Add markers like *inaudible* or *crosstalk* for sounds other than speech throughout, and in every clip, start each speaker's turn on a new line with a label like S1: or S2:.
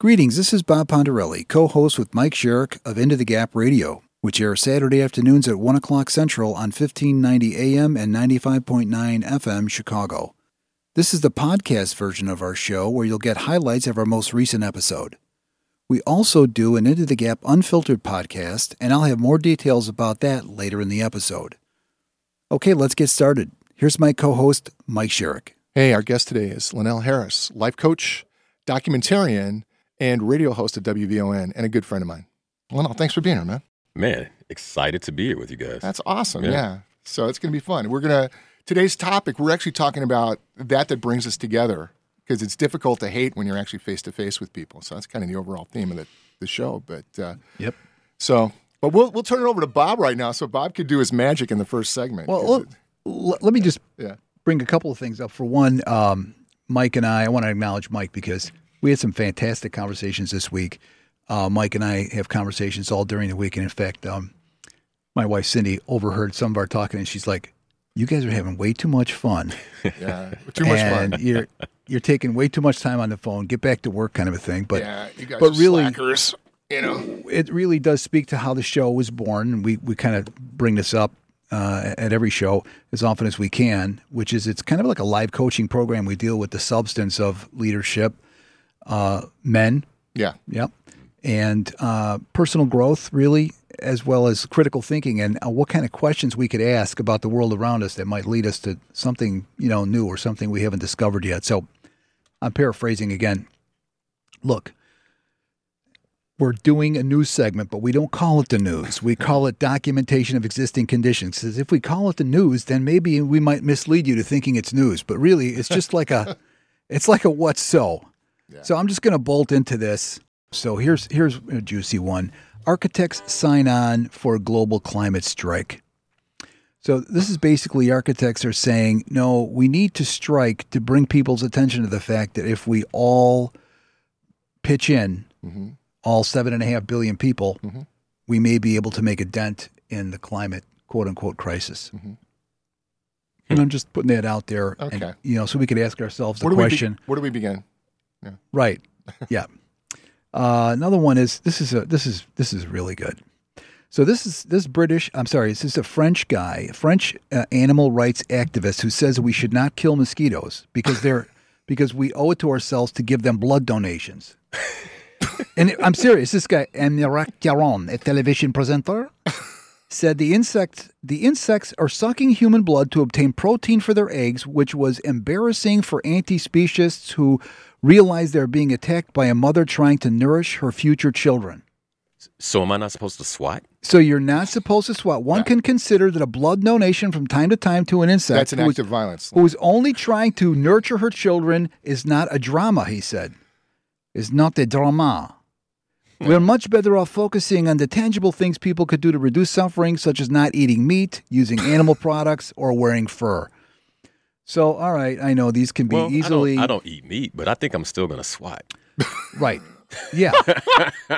S1: Greetings, this is Bob Pondarelli, co host with Mike Sherrick of Into the Gap Radio, which airs Saturday afternoons at 1 o'clock Central on 1590 AM and 95.9 FM Chicago. This is the podcast version of our show where you'll get highlights of our most recent episode. We also do an Into the Gap Unfiltered podcast, and I'll have more details about that later in the episode. Okay, let's get started. Here's my co host, Mike Sherrick.
S2: Hey, our guest today is Linnell Harris, life coach, documentarian, and radio host at WVON, and a good friend of mine. Linnell, thanks for being here, man.
S3: Man, excited to be here with you guys.
S2: That's awesome. Yeah.
S3: Yeah.
S2: So it's going to be fun. We're going to, today's topic, we're actually talking about that that brings us together because it's difficult to hate when you're actually face to face with people. So that's kind of the overall theme of the, the show. But uh,
S1: Yep.
S2: so, but we'll, we'll turn it over to Bob right now so Bob could do his magic in the first segment.
S1: Well,
S2: 'cause
S1: let,
S2: it-
S1: let- let me just
S2: yeah.
S1: bring a couple of things up. For one, um, Mike and I, I want to acknowledge Mike because we had some fantastic conversations this week. Uh, Mike and I have conversations all during the week. And in fact, um, my wife, Cindy, overheard some of our talking and she's like, you guys are having way too much fun.
S2: yeah. Too much
S1: and
S2: fun.
S1: You're, you're taking way too much time on the phone. Get back to work kind of a thing. But
S2: yeah. You guys
S1: but
S2: are
S1: really-
S2: slackers, you know.
S1: it really does speak to how the show was born. And we, we kind of bring this up uh, at every show as often as we can, which is it's kind of like a live coaching program. We deal with the substance of leadership, uh, men,
S2: Yeah.
S1: yep, and uh, personal growth, really, as well as critical thinking and uh, what kind of questions we could ask about the world around us that might lead us to something you know new or something we haven't discovered yet. So I'm paraphrasing again. Look, we're doing a news segment, but we don't call it the news. We call it documentation of existing conditions. 'Cause if we call it the news, then maybe we might mislead you to thinking it's news. But really, it's just like a, it's like a what so. So I'm just going to bolt into this. So here's here's a juicy one. Architects sign on for a global climate strike. So this is basically architects are saying, no, we need to strike to bring people's attention to the fact that if we all pitch in,
S2: Mhm.
S1: all seven and a half billion people,
S2: Mhm.
S1: we may be able to make a dent in the climate quote unquote crisis.
S2: Mhm.
S1: And I'm just putting that out there, and,
S2: Okay.
S1: you know, so we could ask ourselves the
S2: Where do we be-
S1: question.
S2: where do we begin?
S1: Right. Yeah. Uh, another one is this is a this is this is really good. So this is this British. I'm sorry. This is a French guy, a French uh, animal rights activist, who says we should not kill mosquitoes because they're because we owe it to ourselves to give them blood donations. and I'm serious. This guy, Amirak Yaron, a television presenter, said the insects the insects are sucking human blood to obtain protein for their eggs, which was embarrassing for anti-speciesists who realize they're being attacked by a mother trying to nourish her future children.
S3: So am I not supposed to swat?
S1: So you're not supposed to swat. One can consider that a blood donation from time to time to an insect
S2: That's an
S1: who is-
S2: act of violence.
S1: who is only trying to nurture her children is not a drama, he said. Is not a drama. We're much better off focusing on the tangible things people could do to reduce suffering, such as not eating meat, using animal products, or wearing fur. So, all right, I know these can be
S3: well,
S1: easily
S3: I don't, I don't eat meat, but I think I'm still gonna swat.
S1: right. Yeah,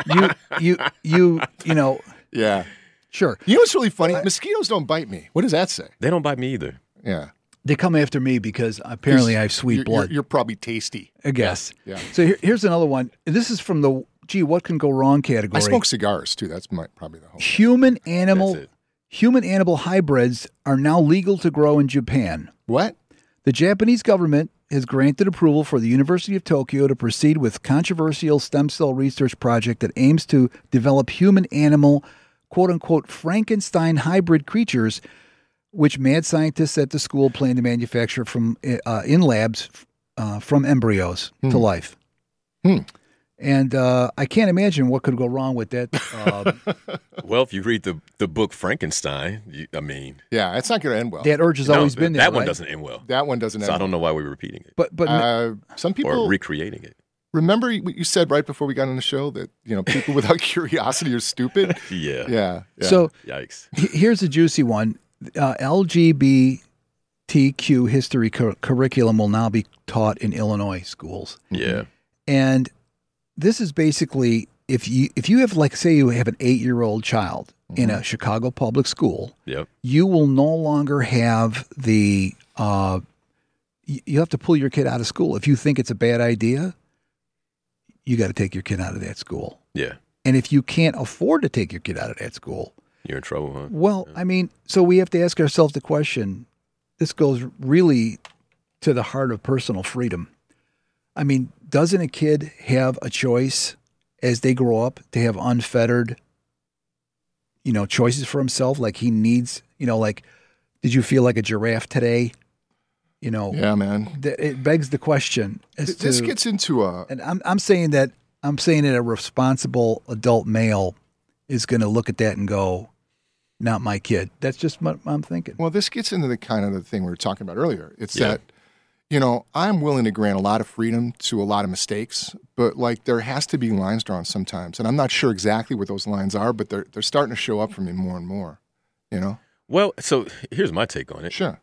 S1: you, you, you, you know,
S2: Yeah.
S1: sure.
S2: You know what's really funny? Mosquitoes don't bite me. What does that say?
S3: They don't bite me either.
S2: Yeah.
S1: They come after me because apparently I have sweet
S2: You're,
S1: blood.
S2: you're, you're probably tasty.
S1: I guess.
S2: Yeah.
S1: So here, here's another one. This is from the gee, what can go wrong
S2: I
S1: category.
S2: smoke cigars too. That's my, probably the whole.
S1: Human animal
S3: That's it.
S1: human animal hybrids are now legal to grow in Japan.
S2: What?
S1: The Japanese government has granted approval for the University of Tokyo to proceed with controversial stem cell research project that aims to develop human animal quote unquote Frankenstein hybrid creatures which mad scientists at the school plan to manufacture from uh, in labs uh, from embryos to life.
S2: Hmm.
S1: And uh, I can't imagine what could go wrong with
S3: *laughs*
S1: that. Uh,
S3: Well, if you read the, the book Frankenstein, you, I mean,
S2: Yeah. It's not going to end well.
S1: that urge has
S3: no,
S1: always been there.
S3: that one
S1: right?
S3: doesn't end well.
S2: that one doesn't end.
S3: So I don't know why we're repeating it
S1: But but
S2: well. uh, some people
S3: or recreating it.
S2: remember what you said right before we got on the show that you know people without *laughs* curiosity are *laughs* stupid.
S3: Yeah.
S2: Yeah. yeah.
S1: so
S3: Yikes.
S1: he- here's a juicy one: uh, LGBTQ history cur- curriculum will now be taught in Illinois schools,
S3: Yeah.
S1: and this is basically if you if you have like say you have an eight year old child in
S2: Mm-hmm.
S1: a Chicago public school,
S3: Yep.
S1: you will no longer have the uh, y- you have to pull your kid out of school if you think it's a bad idea. you got to take your kid out of that school.
S3: Yeah.
S1: And if you can't afford to take your kid out of that school,
S3: You're in trouble, huh?
S1: well, I mean, so we have to ask ourselves the question this goes really to the heart of personal freedom. I mean, doesn't a kid have a choice as they grow up to have unfettered, you know, choices for himself? Like he needs, you know, like, did you feel like a giraffe today? You know,
S2: Yeah, man.
S1: that it begs the question as
S2: Th- This
S1: to,
S2: gets into a
S1: and I'm I'm saying that I'm saying that a responsible adult male is going to look at that and go, "Not my kid." That's just what I'm thinking.
S2: Well, this gets into the kind of the thing we were talking about earlier. It's
S3: Yeah.
S2: that, you know, I'm willing to grant a lot of freedom to a lot of mistakes, but like there has to be lines drawn sometimes. And I'm not sure exactly what those lines are, but they're they're starting to show up for me more and more. You know?
S3: Well, so here's my take on it.
S2: Sure.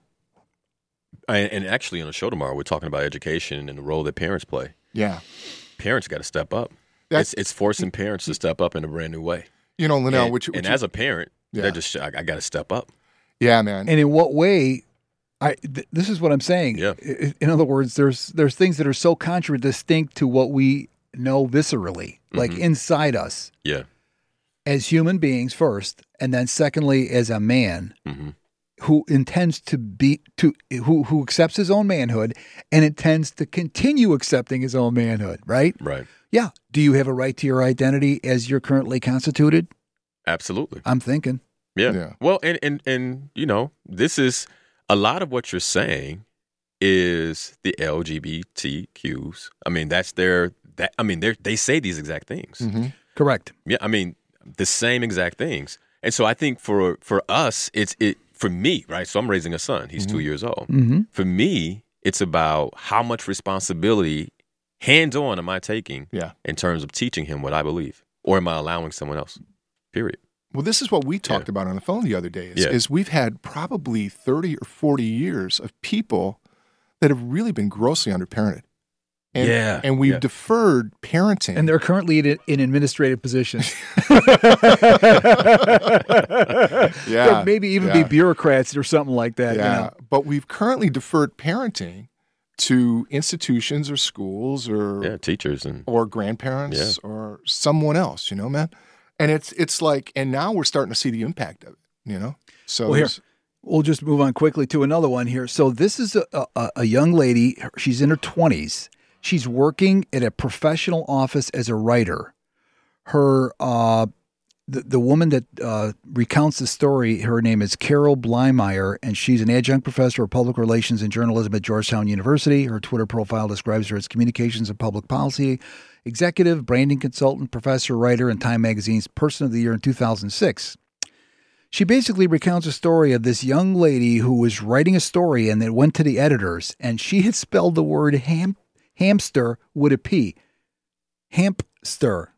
S3: I, and actually, on the show tomorrow, we're talking about education and the role that parents play.
S2: Yeah.
S3: Parents got to step up.
S2: That's-
S3: it's, it's forcing parents to step up in a brand new way.
S2: You know, Linnell,
S3: and,
S2: which, which
S3: and as a parent,
S2: Yeah.
S3: they're just I, I got to step up.
S2: Yeah, man.
S1: And in what way? I th- this is what I'm saying.
S3: Yeah.
S1: I- I- In other words, there's there's things that are so contradistinct to what we know viscerally, like inside us
S3: Yeah.
S1: as human beings first, and then secondly as a man.
S3: Mhm.
S1: Who intends to be to who who accepts his own manhood and intends to continue accepting his own manhood, right?
S3: Right.
S1: Yeah. Do you have a right to your identity as you're currently constituted?
S3: Absolutely.
S1: I'm thinking.
S3: Yeah.
S2: Yeah.
S3: Well, and and and you know, this is a lot of what you're saying is the LGBTQs. I mean, that's their that I mean, they they say these exact things.
S2: Mhm.
S1: Correct.
S3: Yeah, I mean, the same exact things. And so I think for for us, it's it for me, right? So I'm raising a son. He's 2 years old.
S1: Mm-hmm.
S3: For me, it's about how much responsibility hands-on am I taking
S2: Yeah.
S3: in terms of teaching him what I believe or am I allowing someone else? Period.
S2: Well, this is what we talked about on the phone the other day is,
S3: Yeah.
S2: is we've had probably 30 or 40 years of people that have really been grossly underparented. And,
S3: Yeah.
S2: And we've
S3: Yeah.
S2: deferred parenting.
S1: And they're currently in, in administrative positions.
S2: Yeah.
S1: They'll maybe even be
S2: Yeah.
S1: bureaucrats or something like that. you know?
S2: But we've currently deferred parenting to institutions or schools or
S3: Yeah, teachers and
S2: or grandparents or someone else, you know, man. And it's it's like and now we're starting to see the impact of it, you know? So
S1: Well, here,
S2: there's-
S1: we'll just move on quickly to another one here. So this is a, a, a young lady. She's in her twenties. She's working at a professional office as a writer. Her uh, the the woman that uh, recounts the story. Her name is Carol Blymeyer, and she's an adjunct professor of public relations and journalism at Georgetown University. Her Twitter profile describes her as communications and public policy executive, branding consultant, professor, writer, and Time Magazine's Person of the Year in 2006. She basically recounts a story of this young lady who was writing a story and it went to the editors and she had spelled the word ham- hamster with a P. Hamster.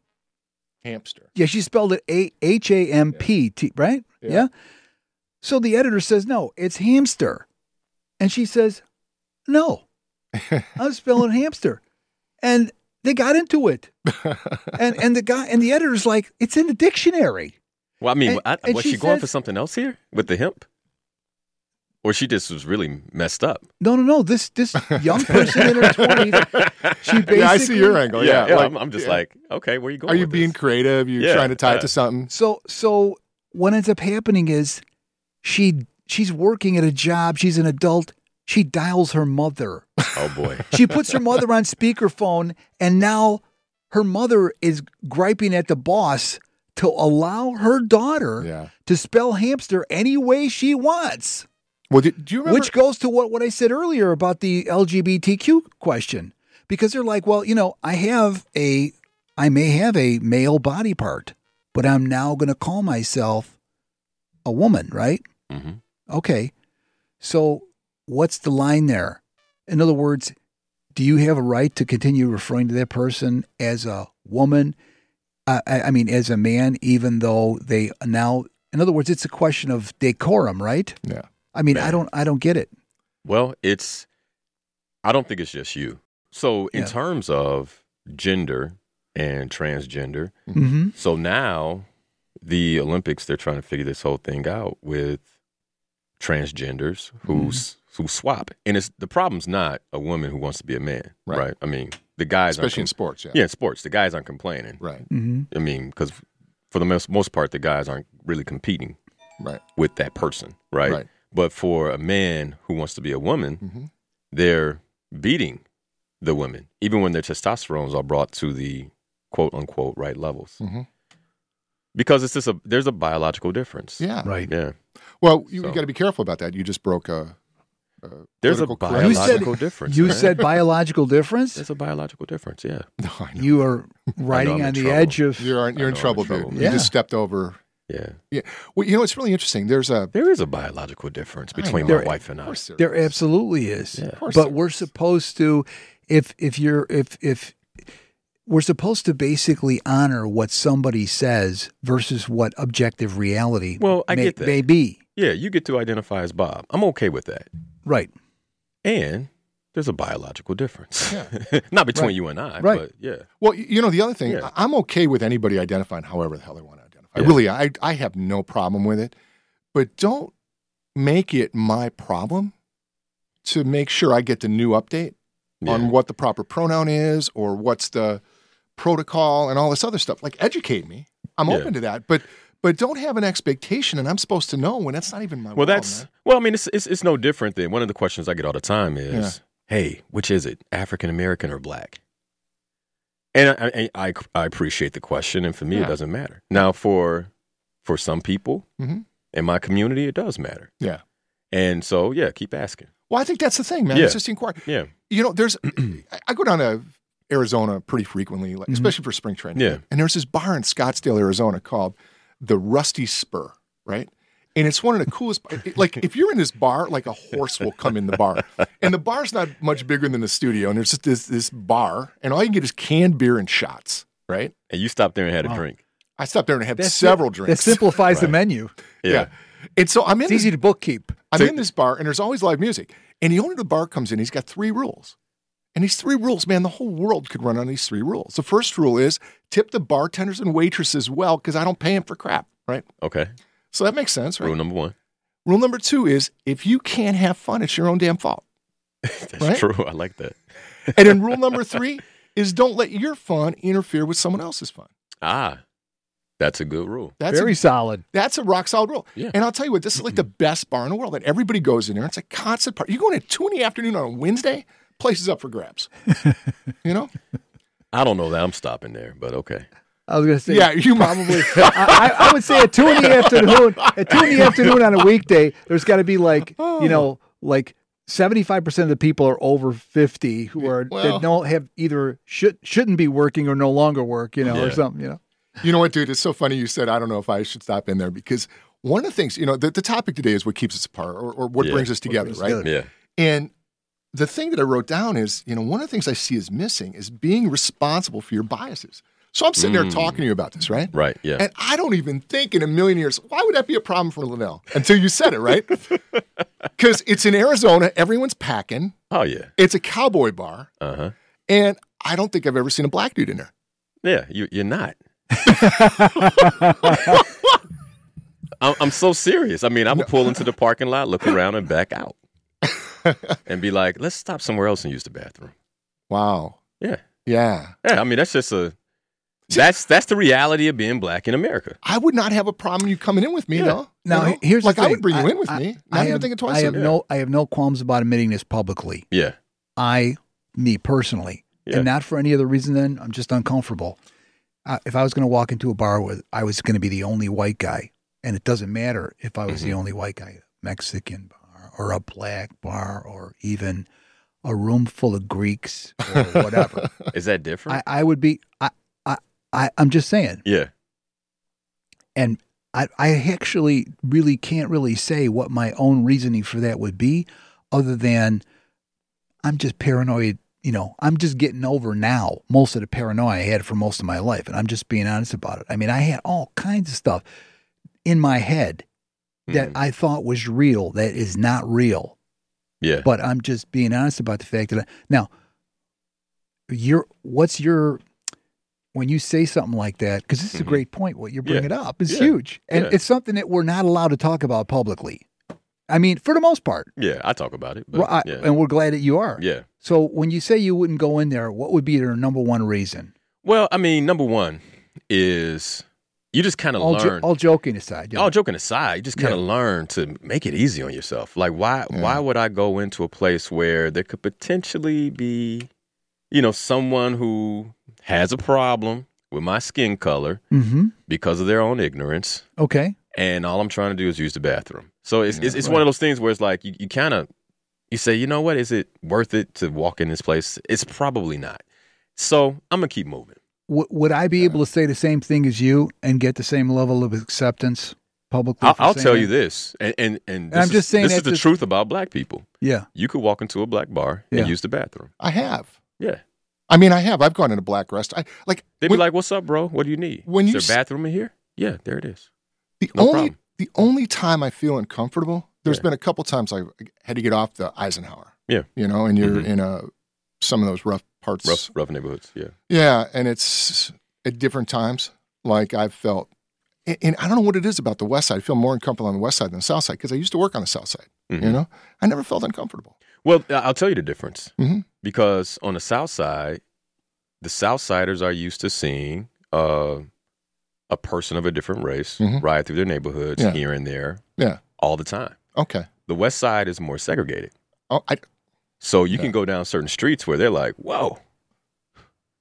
S2: hamster.
S1: Yeah, she spelled it A H A M P T, right?
S2: Yeah.
S1: So the editor says, no, it's hamster. And she says,
S2: *laughs*
S1: no, I'm spelling hamster. And they got into
S2: *laughs*
S1: it. and and the guy and the editor's like, it's in the dictionary.
S3: Well, I mean,
S1: And-
S3: I,
S1: and
S3: was
S1: she
S3: she, going for
S1: says-
S3: something else here with the hemp? Or she just was really messed up.
S1: No, no, no. This this
S2: *laughs*
S1: young person in her twenties, she basically.
S2: yeah, I see your angle. Oh, Yeah. like,
S3: I'm, I'm just
S2: yeah.
S3: like, okay, where you going?
S2: Are you
S3: with
S2: being
S3: this?
S2: creative? You're
S3: Yeah,
S2: trying to tie it
S3: yeah.
S2: to something.
S1: So so what ends up happening is she she's working at a job. She's an adult. She dials her mother.
S3: Oh
S2: *laughs*
S3: boy,
S1: She puts her mother on speakerphone, and now her mother is griping at the boss to allow her daughter
S2: Yeah.
S1: to spell hamster any way she wants.
S2: Well, do, do you remember?
S1: Which goes to what, what I said earlier about the LGBTQ question, because they're like, well, you know, I have a, I may have a male body part, but I'm now going to call myself a woman, right?
S3: Mhm.
S1: Okay. So what's the line there? In other words, do you have a right to continue referring to that person as a woman? I, I I mean, as a man, even though they now, in other words, it's a question of decorum, right?
S2: yeah.
S1: I mean, I
S3: Man.
S1: don't, I don't get it.
S3: well, it's. I don't think it's just you. So in
S1: Yeah.
S3: terms of gender and transgender,
S1: Mm-hmm.
S3: so now the Olympics they're trying to figure this whole thing out with
S2: Mm-hmm.
S3: transgenders who s- who swap, and it's the problem's not a woman who wants to be a man,
S2: Right.
S3: right? I mean, the guys aren't
S2: especially in
S3: com-
S2: sports. Yeah.
S3: yeah, in sports, the guys aren't complaining.
S2: Right.
S1: Mm-hmm.
S3: I mean, because for the most, most part, the guys aren't really competing
S2: Right.
S3: with that person, right?
S2: Right.
S3: But for a man who wants to be a woman,
S2: hmm
S3: they're beating the women, even when their testosterones are brought to the quote unquote right levels,
S2: Mhm.
S3: because it's just a there's a biological difference.
S2: Yeah.
S1: Right.
S3: yeah.
S2: Well, you,
S3: So-
S2: got to be careful about that. You just broke a. a
S3: There's a
S2: political correct-
S1: You said- *laughs*
S3: biological difference.
S1: You
S3: man.
S1: said biological difference.
S3: there's a biological difference. Yeah,
S2: No, I know.
S1: You are riding
S3: I'm
S1: on
S3: in
S1: the
S3: trouble.
S1: edge of.
S2: You're, in-
S3: I know
S2: you're
S3: I'm in
S2: in trouble,
S3: trouble.
S2: dude.
S1: Yeah.
S2: You just stepped over.
S3: yeah.
S2: Well, you know, it's really interesting. There's a.
S3: There is a biological difference
S2: I
S3: between
S2: know.
S3: my wife and
S2: Of
S3: I.
S2: course
S1: There
S2: is.
S1: absolutely is.
S3: Yeah.
S2: Of course
S1: But
S2: there
S1: we're
S2: is.
S1: supposed to, if if you're if if we're supposed to basically honor what somebody says versus what objective reality.
S3: Well, I
S1: may,
S3: get that.
S1: may be
S3: Yeah, you get to identify as Bob. I'm okay with that.
S1: right.
S3: And there's a biological difference.
S2: Yeah.
S3: *laughs* Not between
S2: Right.
S3: you and I,
S1: Right.
S3: but yeah.
S2: Well, y- you know, the other thing,
S3: Yeah.
S2: I- I'm okay with anybody identifying however the hell they want to identify.
S3: Yeah.
S2: Really, I, I have no problem with it. But don't make it my problem to make sure I get the new update
S3: yeah.
S2: on what the proper pronoun is or what's the protocol and all this other stuff. Like, educate me. I'm
S3: Yeah.
S2: open to that. But but don't have an expectation and I'm supposed to know when that's not even my
S3: well,
S2: world,
S3: that's
S2: oh, man.
S3: well. I mean, it's, it's it's no different than one of the questions I get all the time is, "Hey, which is it, African American or black?" And I, I- I I appreciate the question, and for me,
S2: Yeah.
S3: it doesn't matter. Now, for for some people
S2: Mhm.
S3: in my community, it does matter.
S2: Yeah.
S3: and so yeah, keep asking.
S2: Well, I think that's the thing, man.
S3: Yeah.
S2: It's just inquiry.
S3: Yeah,
S2: you know,
S3: *clears throat*
S2: there's I- I go down to Arizona pretty frequently, like,
S1: Mhm.
S2: especially for spring training.
S3: Mm-hmm. Yeah.
S2: And there's this bar in Scottsdale, Arizona called the Rusty Spur, right? And it's one of the coolest. it- like if you're in this bar, like a horse will come in the bar, and the bar's not much bigger than the studio, and there's just this this bar, and all you get is canned beer and shots, right?
S3: and you stopped there and had
S1: Wow.
S3: a drink.
S2: I stopped there and had
S1: That's it.
S2: several drinks.
S1: That simplifies the
S3: Right.
S1: menu.
S3: Yeah,
S2: Yeah. And so I'm in
S1: It's
S2: this
S1: easy to bookkeep.
S2: I'm
S3: So-
S2: in this bar and there's always live music. And the owner of the bar comes in, he's got three rules. And these three rules, man, the whole world could run on these three rules. The first rule is tip the bartenders and waitresses well because I don't pay them for crap, right?
S3: okay.
S2: So that makes sense, right?
S3: Rule
S2: Rule,
S3: number one. *laughs*
S2: number two is if you can't have fun, it's your own damn fault.
S3: That's
S2: Right?
S3: true. I like that.
S2: And then rule number three is don't let your fun interfere with someone else's fun.
S3: Ah, that's a good rule.
S2: That's a
S1: Very solid.
S2: That's a rock solid rule.
S3: Yeah.
S2: And I'll tell you what, this is like the best bar in the world. And everybody goes in there. It's a constant party. You go in at two in the afternoon on a Wednesday, place is up for grabs. *laughs* you know?
S3: I don't know that I'm stopping there, but okay.
S1: I was gonna say.
S2: Yeah, you might.
S1: Probably, I, I I would say at two in the afternoon. At two in the afternoon on a weekday, there's got to be like you know, like seventy five percent of the people are over fifty who are
S2: Well-
S1: that don't have either should shouldn't be working or no longer work, you know, or
S3: Yeah.
S1: something, you know.
S2: *laughs* You know what, dude? It's so funny you said, I don't know if I should stop in there because one of the things, you know, the, the topic today is what keeps us apart or, or what
S3: Yeah.
S2: brings us together,
S1: brings us
S2: right?
S1: together.
S3: Yeah,
S2: And the thing that I wrote down is, you know, one of the things I see is missing is being responsible for your biases. So I'm sitting there
S3: Mm.
S2: talking to you about this, right?
S3: right. Yeah,
S2: And I don't even think in a million years, why would that be a problem for Linnell? Until you said it, right? Because it's in Arizona, everyone's packing,
S3: oh yeah,
S2: it's a cowboy bar,
S3: uh huh.
S2: and I don't think I've ever seen a black dude in there.
S3: Yeah, you,
S1: *laughs*
S3: you're not. I'm, I'm so serious. I mean, I would pull into the parking
S1: *laughs*
S3: lot, look around, and back out, and be like, "Let's stop somewhere else and use the bathroom."
S2: Wow.
S3: Yeah,
S2: Yeah.
S3: yeah. I mean, that's
S1: *laughs*
S3: just a that's that's the reality of being black in America.
S2: I would not have a problem you coming in with me,
S3: Yeah.
S2: though.
S1: Now,
S2: You know?
S1: here's the
S2: like I
S1: thing.
S2: would bring you
S1: I-
S2: in with
S1: I-
S2: me.
S1: I
S2: Not even
S1: have-
S2: thinking
S1: I
S2: twice.
S1: have
S2: of it.
S1: no I have no qualms about admitting this publicly.
S3: Yeah,
S1: I, me personally,
S3: Yeah.
S1: and not for any other reason. Then I'm just uncomfortable. Uh, if I was going to walk into a bar with, I was going to be the only white guy, and it doesn't matter if I was the only white guy, Mexican bar or a black bar or even a room full of Greeks or whatever.
S3: is that different?
S1: I, I would be. I, I, I, I'm just saying.
S3: yeah,
S1: And I, I actually really can't really say what my own reasoning for that would be, other than I'm just paranoid. You know, I'm just getting over now most of the paranoia I had for most of my life, and I'm just being honest about it. I mean, I had all kinds of stuff in my head that
S3: Mhm.
S1: I thought was real that is not real,
S3: yeah.
S1: but I'm just being honest about the fact that I, now your what's your when you say something like that because this is a
S3: Mhm.
S1: great point what you're
S3: Yeah.
S1: bringing up is
S3: Yeah.
S1: huge and
S3: Yeah.
S1: it's something that we're not allowed to talk about publicly I mean, for the most part,
S3: Yeah, I talk about it. But,
S1: Well, I-
S3: yeah.
S1: and we're glad that you are.
S3: yeah.
S1: So when you say you wouldn't go in there, what would be your number one reason?
S3: Well, I mean, number one is you just kind of
S1: All, jo-
S3: learn.
S1: all joking aside, yeah.
S3: All joking aside, you just kind of learn to make it easy on yourself. Like, why
S2: Yeah.
S3: why would I go into a place where there could potentially be, you know, someone who has a problem with my skin color
S1: mm-hmm.
S3: because of their own ignorance,
S1: Okay.
S3: and all I'm trying to do is use the bathroom. So it's
S2: Yeah,
S3: it's, it's
S1: right.
S3: one of those things where it's like you, you kind of you say, you know what, is it worth it to walk in this place? It's probably not. So I'm gonna keep moving.
S1: W- would I be
S2: Yeah.
S1: able to say the same thing as you and get the same level of acceptance publicly?
S3: I'll,
S1: for
S3: I'll
S1: saying
S3: tell
S1: that?
S3: you this, and and, and, this
S1: I'm
S3: is,
S1: just saying
S3: this
S1: that
S3: is the
S1: just-
S3: truth about black people.
S1: Yeah.
S3: You could walk into a black bar
S1: Yeah.
S3: and use the bathroom.
S2: I have.
S3: Yeah,
S2: I mean, I have. I've gone into black rest. I like
S3: they'd be
S2: when-
S3: like, "What's up, bro? What do you need?
S2: when you
S3: is there
S2: s-
S3: a bathroom in here? Yeah, there it is.
S2: the
S3: no
S2: only
S3: problem.
S2: the only time I feel uncomfortable. There's
S3: Yeah.
S2: been a couple times I had to get off the Eisenhower.
S3: Yeah.
S2: you know, and you're
S3: Mhm.
S2: in a some of those rough parts.
S3: Rough, rough neighborhoods. Yeah,
S2: Yeah, and it's at different times. Like I've felt, and- and I don't know what it is about the West Side. I feel more uncomfortable on the West Side than the South Side because I used to work on the South Side.
S3: Mhm.
S2: You know, I never felt uncomfortable.
S3: Well, I- I'll tell you the difference
S2: Mhm.
S3: because on the South Side, the South Siders are used to seeing uh, a person of a different race
S2: Mhm.
S3: ride through their neighborhoods
S2: Yeah.
S3: here and there,
S2: Yeah.
S3: all the time.
S2: Okay.
S3: The West Side is more segregated.
S2: Oh, I,
S3: So you
S2: Yeah.
S3: can go down certain streets where they're like, "Whoa,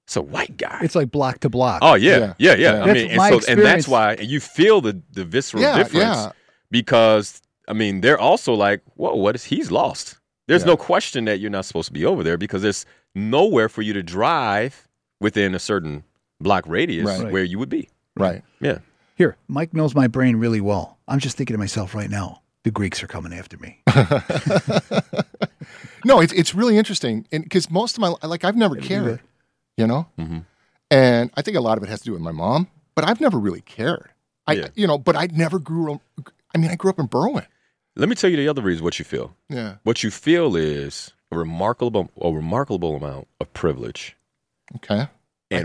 S3: it's a white guy."
S1: It's like block to block.
S3: oh yeah, yeah, yeah.
S2: *laughs* Yeah.
S3: I
S1: That's
S3: mean, and,
S1: my
S3: so, and
S1: experience.
S3: that's why and you feel the the visceral
S2: yeah,
S3: difference
S2: yeah.
S3: because I mean they're also like, "Whoa, what is he's lost?" There's
S2: Yeah.
S3: no question that you're not supposed to be over there because there's nowhere for you to drive within a certain block radius
S2: Right.
S3: where you would be.
S2: Right.
S3: Yeah,
S1: Here, Mike knows my brain really well. I'm just thinking to myself right now, the Greeks are coming after
S3: *laughs*
S1: me.
S2: *laughs* no, it's it's really interesting, and because most of my like I've never cared, you know,
S3: Mhm.
S2: and I think a lot of it has to do with my mom, but I've never really cared. I
S3: Yeah.
S2: you know, but I never grew. up I mean, I grew up in Berwyn.
S3: let me tell you the other reason what you feel.
S2: Yeah.
S3: What you feel is a remarkable a remarkable amount of privilege
S2: Okay.
S3: and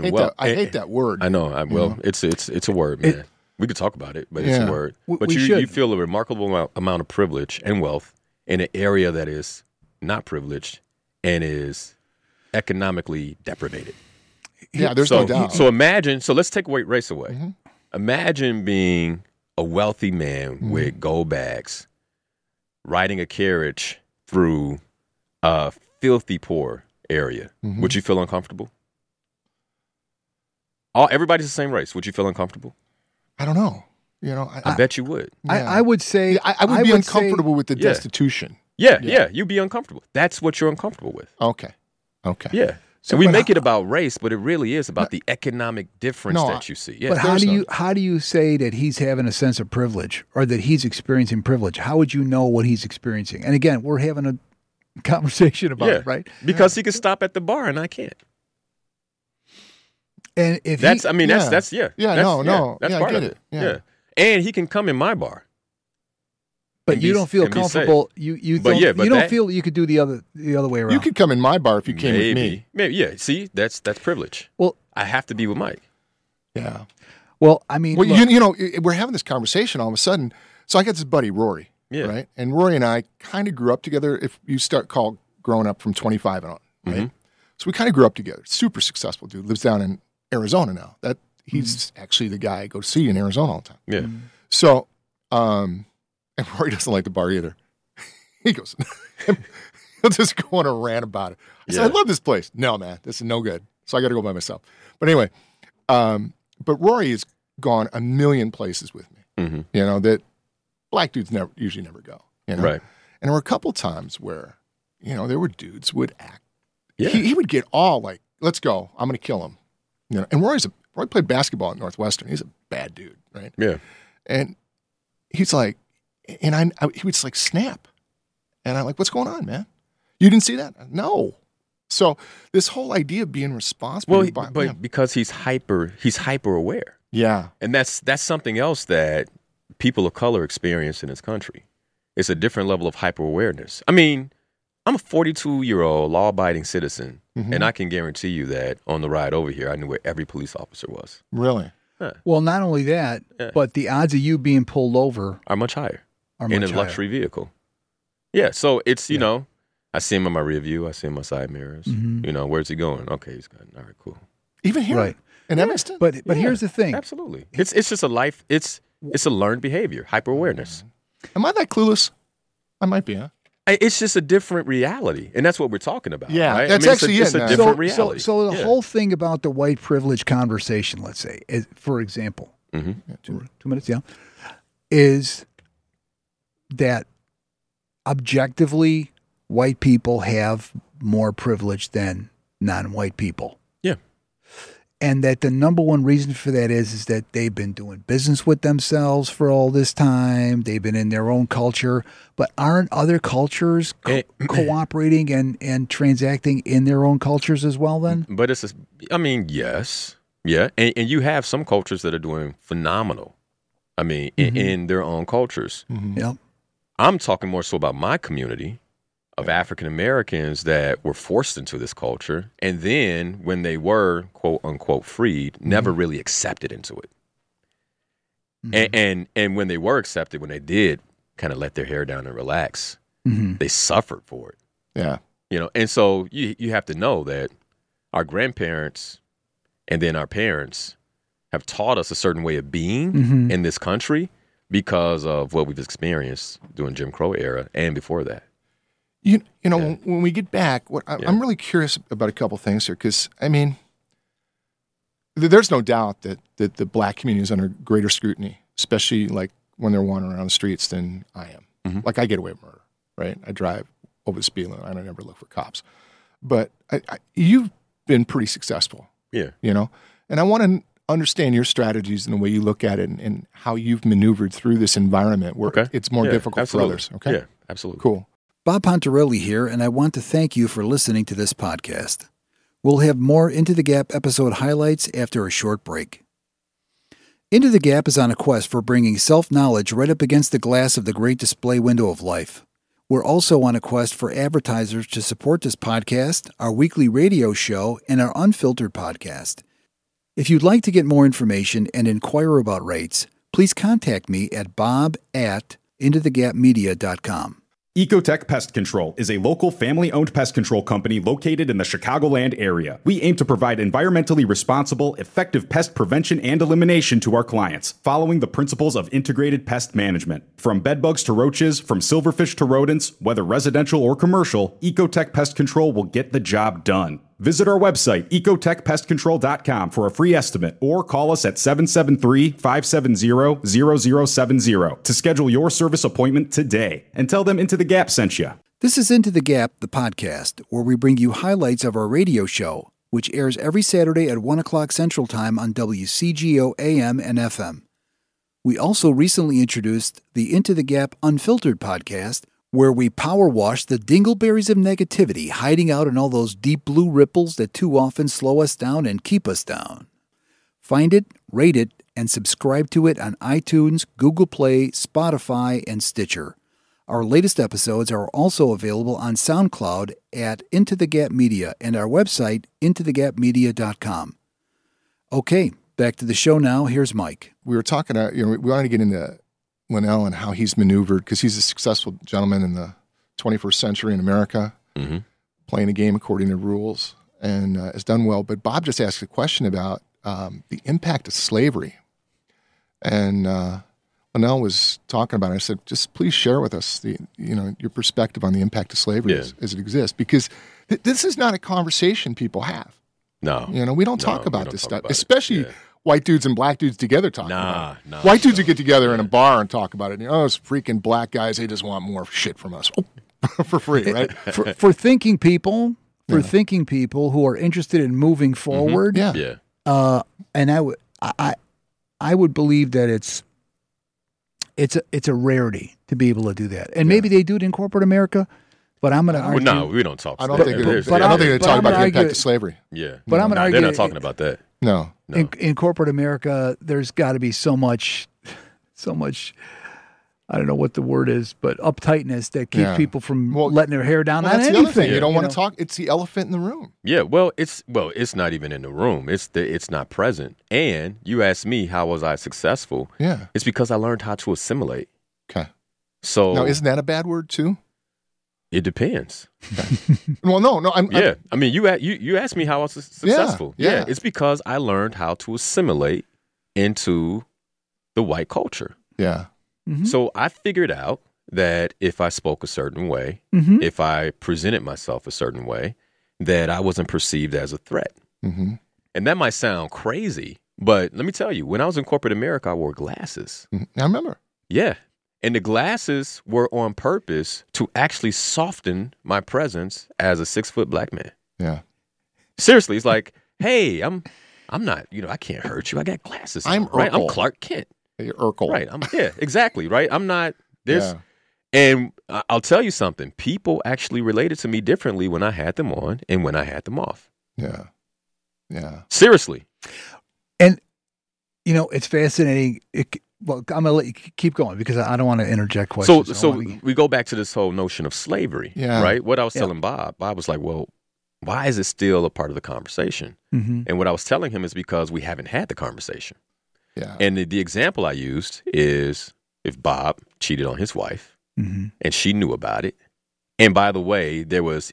S2: I hate
S3: well.
S2: that. I
S3: and-
S2: hate that word.
S3: I know. I, well, it's it's it's a word, man. we could talk about it, but it's
S2: Yeah.
S3: a word.
S1: W-
S3: but
S1: we
S3: you
S1: should.
S3: you feel a remarkable amount, amount of privilege and wealth in an area that is not privileged and is economically deprivated.
S2: yeah. There's
S3: so,
S2: no doubt.
S3: So imagine. So let's take weight race away.
S2: Mhm.
S3: Imagine being a wealthy man with gold bags, riding a carriage through a filthy poor area.
S2: Mhm.
S3: Would you feel uncomfortable? All everybody's the same race. Would you feel uncomfortable?
S2: I don't know. You know, I,
S3: I, bet you would.
S1: I,
S2: yeah.
S1: I would say
S2: Yeah, I, I would be
S1: say-
S2: uncomfortable with the
S3: Yeah.
S2: destitution.
S3: Yeah,
S2: Yeah.
S3: yeah, you'd be uncomfortable. That's what you're uncomfortable with.
S2: Okay. Okay.
S3: Yeah.
S1: So,
S3: So we
S1: but
S3: make
S1: how-
S3: it about race, but it really is about the economic difference
S2: No,
S3: that you see. Yeah.
S1: but how
S2: there's
S1: do
S2: no-
S1: you how do you say that he's having a sense of privilege or that he's experiencing privilege? How would you know what he's experiencing? And again, we're having a *laughs* conversation about
S3: yeah.
S1: it, right?
S3: Because he can stop at the bar and I can't.
S1: And if he-
S3: That's I mean
S2: yeah.
S3: that's that's yeah.
S2: Yeah,
S3: That's-
S2: no, no.
S3: That's
S2: Yeah, I
S3: part
S2: get
S3: of
S2: it.
S3: it.
S2: Yeah.
S3: Yeah. And he can come in my bar.
S1: but
S3: and
S1: you
S3: be-
S1: don't feel
S3: and be safe.
S1: comfortable, you you
S3: But
S1: don't,
S3: yeah, but
S1: you don't
S3: that-
S1: feel you could do the other the other way around.
S2: You could come in my bar if you came
S3: Maybe.
S2: with me.
S3: Maybe yeah. See, that's that's privilege.
S1: well,
S3: I have to be with Mike.
S2: Yeah.
S1: well, I mean,
S2: Well,
S1: look,
S2: you, you know, i- we're having this conversation all of a sudden. So I got this buddy Rory,
S3: Yeah.
S2: right? And Rory and I kind of grew up together. If you start call growing up from 25 and on, right?
S1: Mm-hmm.
S2: So we kind of grew up together. Super successful dude. Lives down in Arizona now. That he's
S1: Mm-hmm.
S2: actually the guy I go see in Arizona all the time.
S3: Yeah.
S2: So, um, and *laughs* Rory doesn't like the bar either. *laughs* He goes, *laughs* he'll just go on a rant about it. I said, I
S3: Yeah.
S2: love this place. No, man, this is no good. So I got to go by myself. But anyway, um, but Rory has gone a million places with me,
S3: hmm
S2: you know, that black dudes never usually never go, you know?
S3: Right.
S2: And there were a couple times where, you know, there were dudes would act.
S3: Yeah.
S2: He, he would get all like, let's go. I'm going to kill him. You know, and Roy's a, Roy played basketball at Northwestern. He's a bad dude, right?
S3: yeah.
S2: And he's like, and I, I he was like, snap. And I'm like, what's going on, man? You didn't see that? No. So this whole idea of being responsible.
S3: Well,
S2: by-
S3: but because he's hyper he's hyper aware.
S2: yeah.
S3: And that's that's something else that people of color experience in this country. It's a different level of hyper awareness. I mean, I'm a 42 year old law abiding citizen,
S1: Mm-hmm.
S2: Mhm.
S3: and I can guarantee you that on the ride over here, I knew where every police officer was
S2: really.
S1: well, not only that,
S3: Yeah.
S1: but the odds of you being pulled over
S3: are much higher
S1: are
S3: in
S1: much
S3: a
S1: higher.
S3: luxury vehicle. Yeah. So it's you know, I see him in my review. I see him in my side mirrors.
S1: Mm-hmm.
S3: You know, where's he going? Okay, he's going. All right, cool.
S2: Even here
S1: Right.
S2: in Evanston.
S1: But but
S3: Yeah,
S1: here's the thing.
S3: Absolutely. It's it's just a life. It's it's a learned behavior, hyper awareness.
S2: Am I that clueless? I might be, huh?
S3: It's just a different reality, and that's what we're talking about.
S2: Yeah,
S3: right?
S2: that's
S3: it's a-
S2: actually
S3: it's
S2: it,
S3: a,
S2: man.
S1: So,
S3: different reality.
S1: so so the
S3: Yeah.
S1: whole thing about the white privilege conversation, let's say, is, for example,
S3: Mhm.
S1: two, two minutes, yeah, is that objectively white people have more privilege than non-white people.
S3: Yeah.
S1: And that the number one reason for that is is that they've been doing business with themselves for all this time. They've been in their own culture, but aren't other cultures co-
S3: Eh. *clears throat*
S1: cooperating and and transacting in their own cultures as well? Then
S3: But it's, a, I mean, yes, yeah, and, and you have some cultures that are doing phenomenal. I mean, i-
S1: Mm-hmm.
S3: in, their own cultures.
S1: Yep.
S3: I'm talking more so about my community of African Americans that were forced into this culture, and then when they were quote unquote freed,
S1: Mm-hmm.
S3: never really accepted into it.
S1: Mm-hmm.
S3: And, and and when they were accepted, when they did kind of let their hair down and relax,
S1: Mhm.
S3: they suffered for it
S2: Yeah.
S3: you know and so you you have to know that our grandparents and then our parents have taught us a certain way of being
S1: Mm-hmm.
S3: in this country because of what we've experienced during Jim Crow era and before that.
S2: You, you know,
S3: Yeah.
S2: when- when we get back, what I,
S3: Yeah.
S2: I'm really curious about a couple things here because, I mean, th- there's no doubt that, that the black community is under greater scrutiny, especially like when they're wandering around the streets than I am.
S3: Mhm.
S2: Like, I get away with murder, right? I drive over the speed limit, I don't ever look for cops. But I, I, you've been pretty successful
S3: Yeah.
S2: you know and i want to understand your strategies and the way you look at it and, and how you've maneuvered through this environment where
S3: Okay.
S2: it's more
S3: Yeah,
S2: difficult
S3: absolutely.
S2: for others okay
S3: Yeah, absolutely.
S2: cool
S4: Bob Pontarelli here, and I want to thank you for listening to this podcast. We'll have more Into the Gap episode highlights after a short break. Into the Gap is on a quest for bringing self knowledge right up against the glass of the great display window of life. We're also on a quest for advertisers to support this podcast, our weekly radio show, and our unfiltered podcast. If you'd like to get more information and inquire about rates, please contact me at bob at intothegapmedia.com.
S5: Ecotech Pest Control is a local family owned pest control company located in the Chicagoland area. We aim to provide environmentally responsible, effective pest prevention and elimination to our clients, following the principles of integrated pest management. From bedbugs to roaches, from silverfish to rodents, whether residential or commercial, Ecotech Pest Control will get the job done. Visit our website, ecotechpestcontrol.com, for a free estimate or call us at 773 570 0070 to schedule your service appointment today and tell them Into the Gap sent you.
S4: This is Into the Gap, the podcast, where we bring you highlights of our radio show, which airs every Saturday at 1 o'clock Central Time on WCGO AM and FM. We also recently introduced the Into the Gap Unfiltered podcast, where we power wash the dingleberries of negativity hiding out in all those deep blue ripples that too often slow us down and keep us down. Find it, rate it, and subscribe to it on iTunes, Google Play, Spotify, and Stitcher. Our latest episodes are also available on SoundCloud at Into the Gap Media and our website, intothegapmedia.com. Okay, back to the show now. Here's Mike.
S3: *laughs*
S2: we were talking uh, you know we wanted to get into linnell and how he's maneuvered because he's a successful gentleman in the 21st century in america
S3: Mhm.
S2: playing a game according to rules and uh, has done well but bob just asked a question about um, the impact of slavery and uh, linnell was talking about it i said just please share with us the you know your perspective on the impact of slavery
S3: Yeah.
S2: as, as it exists because th- this is not a conversation people have
S3: No.
S2: you know, we don't
S3: No,
S2: talk
S3: we
S2: about
S3: don't
S2: this
S3: talk
S2: stuff,
S3: about it.
S2: especially
S3: Yeah.
S2: white dudes and black dudes together talking
S3: Nah,
S2: about it.
S3: nah,
S2: white dudes who
S3: nah.
S2: get together in a bar and talk about it. You know, those freaking black guys, they just want more shit from us Oh, *laughs* for free, right?
S1: for, for thinking people, for thinking people who are interested in moving forward,
S2: Yeah.
S3: Mm-hmm. Yeah.
S1: uh, and I would I I- I would believe that it's it's a it's a rarity to be able to do that, and maybe they do it in corporate America, but I'm gonna
S3: Well,
S1: argue.
S3: no, we don't talk.
S2: I don't
S3: about
S2: think
S3: that.
S2: they're,
S3: There's-
S1: but
S2: I
S1: I'm-
S2: don't think they
S1: but
S2: talk
S1: I'm
S2: about the
S1: gonna
S2: impact
S1: argue-
S2: of slavery.
S3: yeah.
S1: but I'm gonna
S3: Nah,
S1: argue
S3: They're not
S1: it-
S3: talking about that.
S2: No.
S3: No.
S1: in, in corporate America, there's got to be so much, so much. I don't know what the word is, but uptightness that keeps
S2: Yeah.
S1: people from
S2: Well,
S1: letting their hair down
S2: Well,
S1: on
S2: that's
S1: anything.
S2: the other thing. You don't want
S1: know?
S2: to talk. It's the elephant in the room.
S3: Yeah, well, it's well, it's not even in the room. It's the, it's not present. And you asked me how was I successful?
S2: Yeah.
S3: It's because I learned how to assimilate.
S2: Okay.
S3: So
S2: Now, isn't that a bad word too?
S3: It depends.
S2: Well, no, no, I'm,
S3: Yeah, I mean, you a- you you asked me how I was su-
S2: Yeah,
S3: successful. Yeah,
S2: yeah.
S3: it's because I learned how to assimilate into the white culture.
S2: I'm yeah,
S3: So I figured out that if I spoke a certain way,
S1: Mm-hmm.
S3: if I presented myself a certain way, that I wasn't perceived as a threat.
S2: hmm
S3: And that might sound crazy, but let me tell you, when I was in corporate America, I wore glasses.
S2: I mm-hmm. remember.
S3: Yeah. And the glasses were on purpose to actually soften my presence as a six foot black man.
S2: Yeah,
S3: Seriously, it's like, hey, I'm I'm not, you know, I can't hurt you. I got glasses.
S2: I'm
S3: on, right. I'm
S2: Urkel.
S3: Clark Kent.
S2: hey, Urkel.
S3: Right. I'm yeah, exactly. Right. I'm not there's
S2: Yeah.
S3: and I- I'll tell you something. People actually related to me differently when I had them on and when I had them off.
S2: yeah, yeah.
S3: Seriously.
S1: You know, it's fascinating. It, well, I'm gonna let you keep going because I I don't want to interject
S3: So
S1: questions. I
S3: so
S1: wanna be-
S3: we go back to this whole notion of slavery.
S2: Yeah.
S3: Right. What I was
S1: Yeah.
S3: telling Bob, Bob was like, Well, why is it still a part of the conversation?
S1: Mhm.
S3: And what I was telling him is because we haven't had the conversation.
S2: Yeah.
S3: And the, the example I used is if Bob cheated on his wife
S1: Mhm.
S3: and she knew about it. And by the way, there was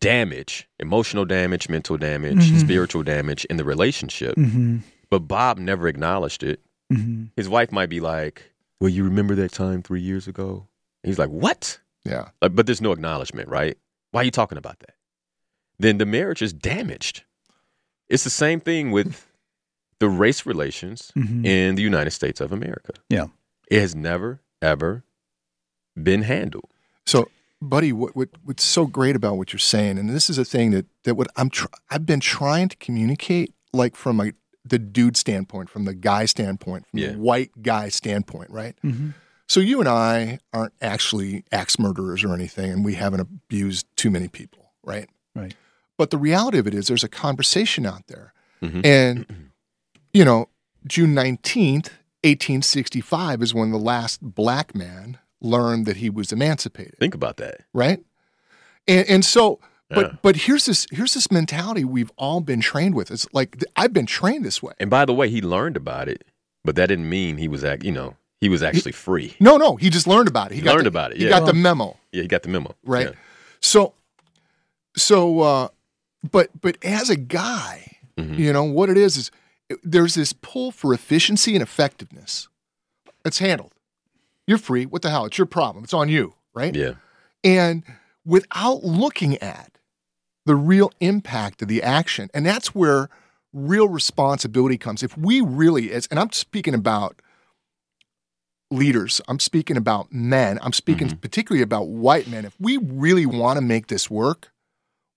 S3: damage, emotional damage, mental damage,
S1: Mhm.
S3: spiritual damage in the relationship.
S1: Mhm.
S3: But Bob never acknowledged it.
S1: Mhm.
S3: His wife might be like, Well, you remember that time three years ago? And he's like, What?
S2: yeah.
S3: Like, but there's no acknowledgement, right? Why are you talking about that? Then the marriage is damaged. It's the same thing with the race relations
S1: Mhm.
S3: in the United States of America.
S1: Yeah.
S3: It has never, ever been handled.
S2: So, buddy, what, what what's so great about what you're saying, and this is a thing that that what I'm tr- I've been trying to communicate, like from a the dude standpoint, from the guy standpoint, from
S3: Yeah.
S2: the white guy standpoint, right? So you and I aren't actually axe murderers or anything, and we haven't abused too many people, right?
S1: Right.
S2: But the reality of it is, there's a conversation out there, and you know, June nineteenth, eighteen sixty-five, is when the last black man learned that he was emancipated
S3: Think about that.
S2: right? And and so, but
S3: Yeah.
S2: but here's this here's this mentality we've all been trained with. It's like th- I've been trained this way.
S3: And by the way, he learned about it, but that didn't mean he was, act, you know, he was actually free.
S2: No, no, he just learned about it. He,
S3: He
S2: got
S3: learned
S2: the-
S3: about it,
S2: He
S3: yeah.
S2: got the memo,
S3: Yeah, he got the memo.
S2: right?
S3: Yeah.
S2: So, so, uh, but but as a guy,
S3: Mm-hmm.
S2: you know what it is is it- there's this pull for efficiency and effectiveness. It's handled. You're free. What the hell? It's your problem. It's on you, right?
S3: Yeah.
S2: and without looking at the real impact of the action. And that's where real responsibility comes. If we really, as, and I'm speaking about leaders, I'm speaking about men, I'm speaking particularly about white men. If we really want to make this work,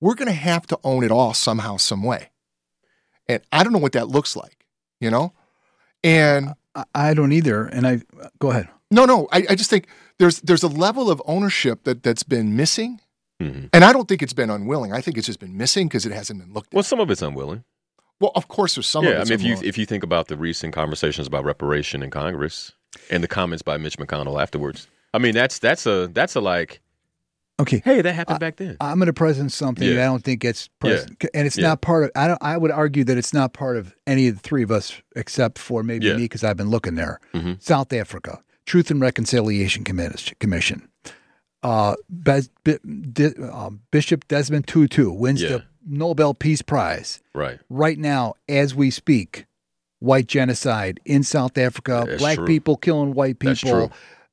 S2: we're going to have to own it all somehow, some way. And I don't know what that looks like, you know? And
S1: I, I don't either. And I go ahead.
S2: no, no. I, I just think there's there's a level of ownership that that's been missing,
S3: Mhm.
S2: and I don't think it's been unwilling. I think it's just been missing because it hasn't been looked at.
S3: Well, some of it's unwilling.
S2: Well, of course, there's some.
S3: yeah,
S2: of
S3: I
S2: it's
S3: mean, if you
S2: unwilling.
S3: if you think about the recent conversations about reparation in Congress and the comments by Mitch McConnell afterwards, I mean, that's that's a that's a like,
S1: Okay.
S3: hey, that happened back then.
S1: I'm going to present something
S3: Yeah.
S1: that I don't think gets present, and it's
S3: Yeah.
S1: not part of. I don't. I would argue that it's not part of any of the three of us, except for maybe me
S3: Yeah. Mm-hmm.
S1: me, because I've been looking there. South Africa, Truth and Reconciliation Commis- Commission. Uh, Bes- Bi- Di- uh, Bishop Desmond Tutu wins
S3: Yeah.
S1: the Nobel Peace Prize
S3: right.
S1: right now as we speak. White genocide in South Africa,
S3: That's
S1: black
S3: true.
S1: people killing white people
S3: That's true.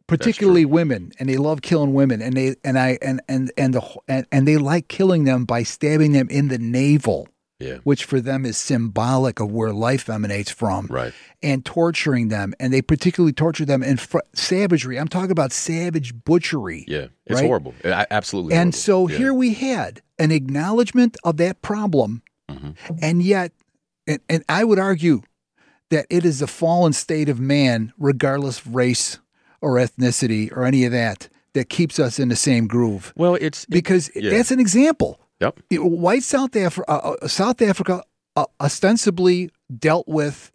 S1: particularly women and they love killing women and they and I and and and the wh- and, and they like killing them by stabbing them in the navel
S3: Yeah.
S1: which for them is symbolic of where life emanates from
S3: Right.
S1: and torturing them and they particularly torture them in fr- savagery I'm talking about savage butchery
S3: Yeah. It's
S1: Right?
S3: horrible. I, absolutely.
S1: and so
S3: horrible. Yeah.
S1: here we had an acknowledgement of that problem,
S3: Mm-hmm.
S1: and yet, and, and I would argue that it is the fallen state of man, regardless of race or ethnicity or any of that, that keeps us in the same groove.
S3: Well, it's it-
S1: Because
S3: yeah.
S1: that's an example.
S3: Yep.
S1: It- White South Africa, uh, uh, South Africa, uh, ostensibly dealt with,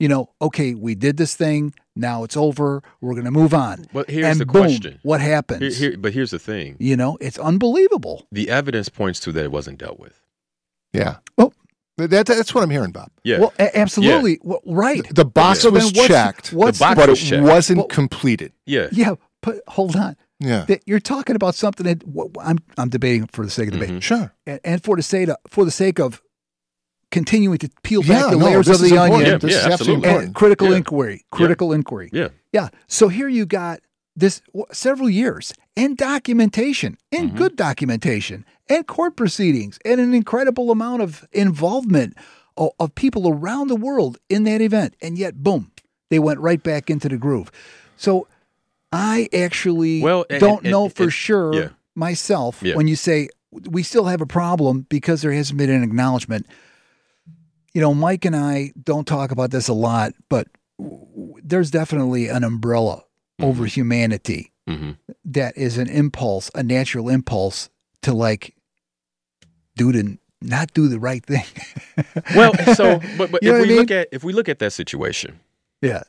S1: you know, okay, we did this thing, now it's over, we're going to move on.
S3: But here's
S1: and
S3: the
S1: boom,
S3: question.
S1: What happens?
S3: Here, here, but here's the thing:
S1: You know, it's unbelievable.
S3: the evidence points to that it wasn't dealt with.
S2: yeah.
S1: Oh.
S2: That, that- that's what I'm hearing, Bob.
S3: Yeah.
S1: Well, a- absolutely. Well, right.
S2: The box
S1: So then
S2: was
S1: what's-
S2: checked,
S1: What's
S3: The box
S2: but
S3: was
S2: it
S3: checked.
S2: wasn't
S1: Well-
S2: completed.
S3: yeah.
S1: yeah, but hold on.
S2: Yeah.
S1: That you're talking about something that wh- I'm I'm debating for the sake of debate,
S3: Mm-hmm.
S2: Sure.
S1: and, and for the sake of, for the sake of continuing to peel back
S2: yeah,
S1: the
S2: no,
S1: layers
S2: this
S1: of
S2: is
S1: the onion.
S2: important.
S3: Yeah,
S2: this
S3: yeah,
S2: is absolutely
S3: absolutely.
S2: important.
S1: And critical
S3: Yeah.
S1: inquiry, critical inquiry.
S3: Yeah.
S1: Yeah. So here you got this w- several years and documentation and good documentation and court proceedings and an incredible amount of involvement of, of people around the world in that event. And yet, boom, they went right back into the groove. So I actually
S3: Well, and-
S1: don't
S3: and-
S1: know
S3: and-
S1: for
S3: and-
S1: sure
S3: yeah.
S1: myself
S3: Yeah.
S1: when you say we still have a problem because there hasn't been an acknowledgement you know, Mike and I don't talk about this a lot, but w- there's definitely an umbrella
S3: Mm-hmm.
S1: over humanity
S3: hmm
S1: that is an impulse, a natural impulse to like do the not do the right thing. *laughs*
S3: Well, so but, but
S1: You know
S3: if
S1: what
S3: we
S1: I
S3: look at if we look at that situation,
S1: yeah.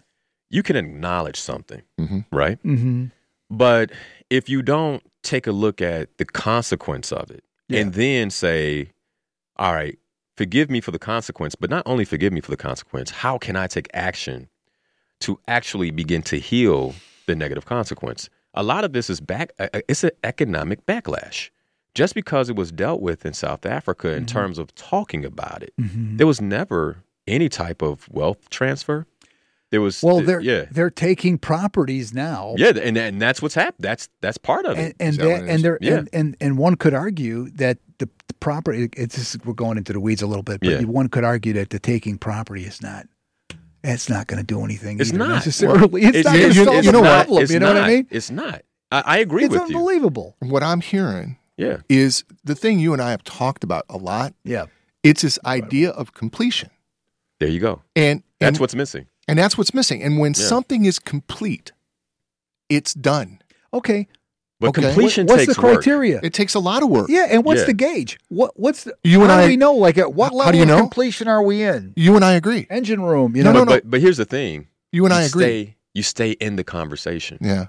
S3: you can acknowledge something,
S2: Mhm.
S3: right?
S1: Mm-hmm.
S3: But if you don't take a look at the consequence of it and then say, all right, forgive me for the consequence, but not only forgive me for the consequence, how can I take action to actually begin to heal the negative consequence? A lot of this is back, uh, uh, it's an economic backlash. Just because it was dealt with in South Africa in terms of talking about it, there was never any type of wealth transfer. There was
S1: Well,
S3: th-
S1: they're
S3: yeah.
S1: they're taking properties now.
S3: Yeah, th- and and that's what's happened. That's that's part of
S1: And,
S3: it.
S1: and
S2: Is that what
S1: that,
S2: it is?
S1: and there
S3: Yeah.
S1: and, and and one could argue that the, the property it's just, we're going into the weeds a little bit, but
S3: Yeah.
S1: you- one could argue that the taking property is not it's not going to do anything
S3: It's
S1: either
S3: not.
S1: necessarily. *laughs* it's, not going
S2: you-
S1: to
S2: you-
S1: solve
S2: it's
S1: the
S2: not-
S1: problem.
S3: it's
S1: You know what I
S3: not.
S1: mean?
S3: It's not. I, I agree
S1: it's
S3: with you.
S1: unbelievable.
S2: What I'm hearing
S3: Yeah,
S2: is the thing you and I have talked about a lot.
S1: Yeah.
S2: It's this idea of completion.
S3: there you go.
S2: And
S3: That's
S2: and,
S3: what's missing.
S2: and that's what's missing. And when
S3: Yeah.
S2: something is complete, it's done.
S1: Okay.
S3: But
S2: Okay.
S3: completion
S1: What's
S3: takes
S1: the criteria?
S2: It takes a lot of work.
S1: Yeah, and what's
S3: Yeah.
S1: the gauge? What what's the,
S2: You and
S1: how
S2: I-
S1: do we know? Like at what
S2: How do
S1: level
S2: you
S1: of
S2: know?
S1: completion are we in?
S2: You and I agree.
S1: Engine room, you
S2: No,
S1: know.
S3: work.
S2: no,
S3: but, But, but here's the thing.
S2: You and
S3: you
S2: I agree.
S3: Stay, you stay in the conversation,
S2: Yeah.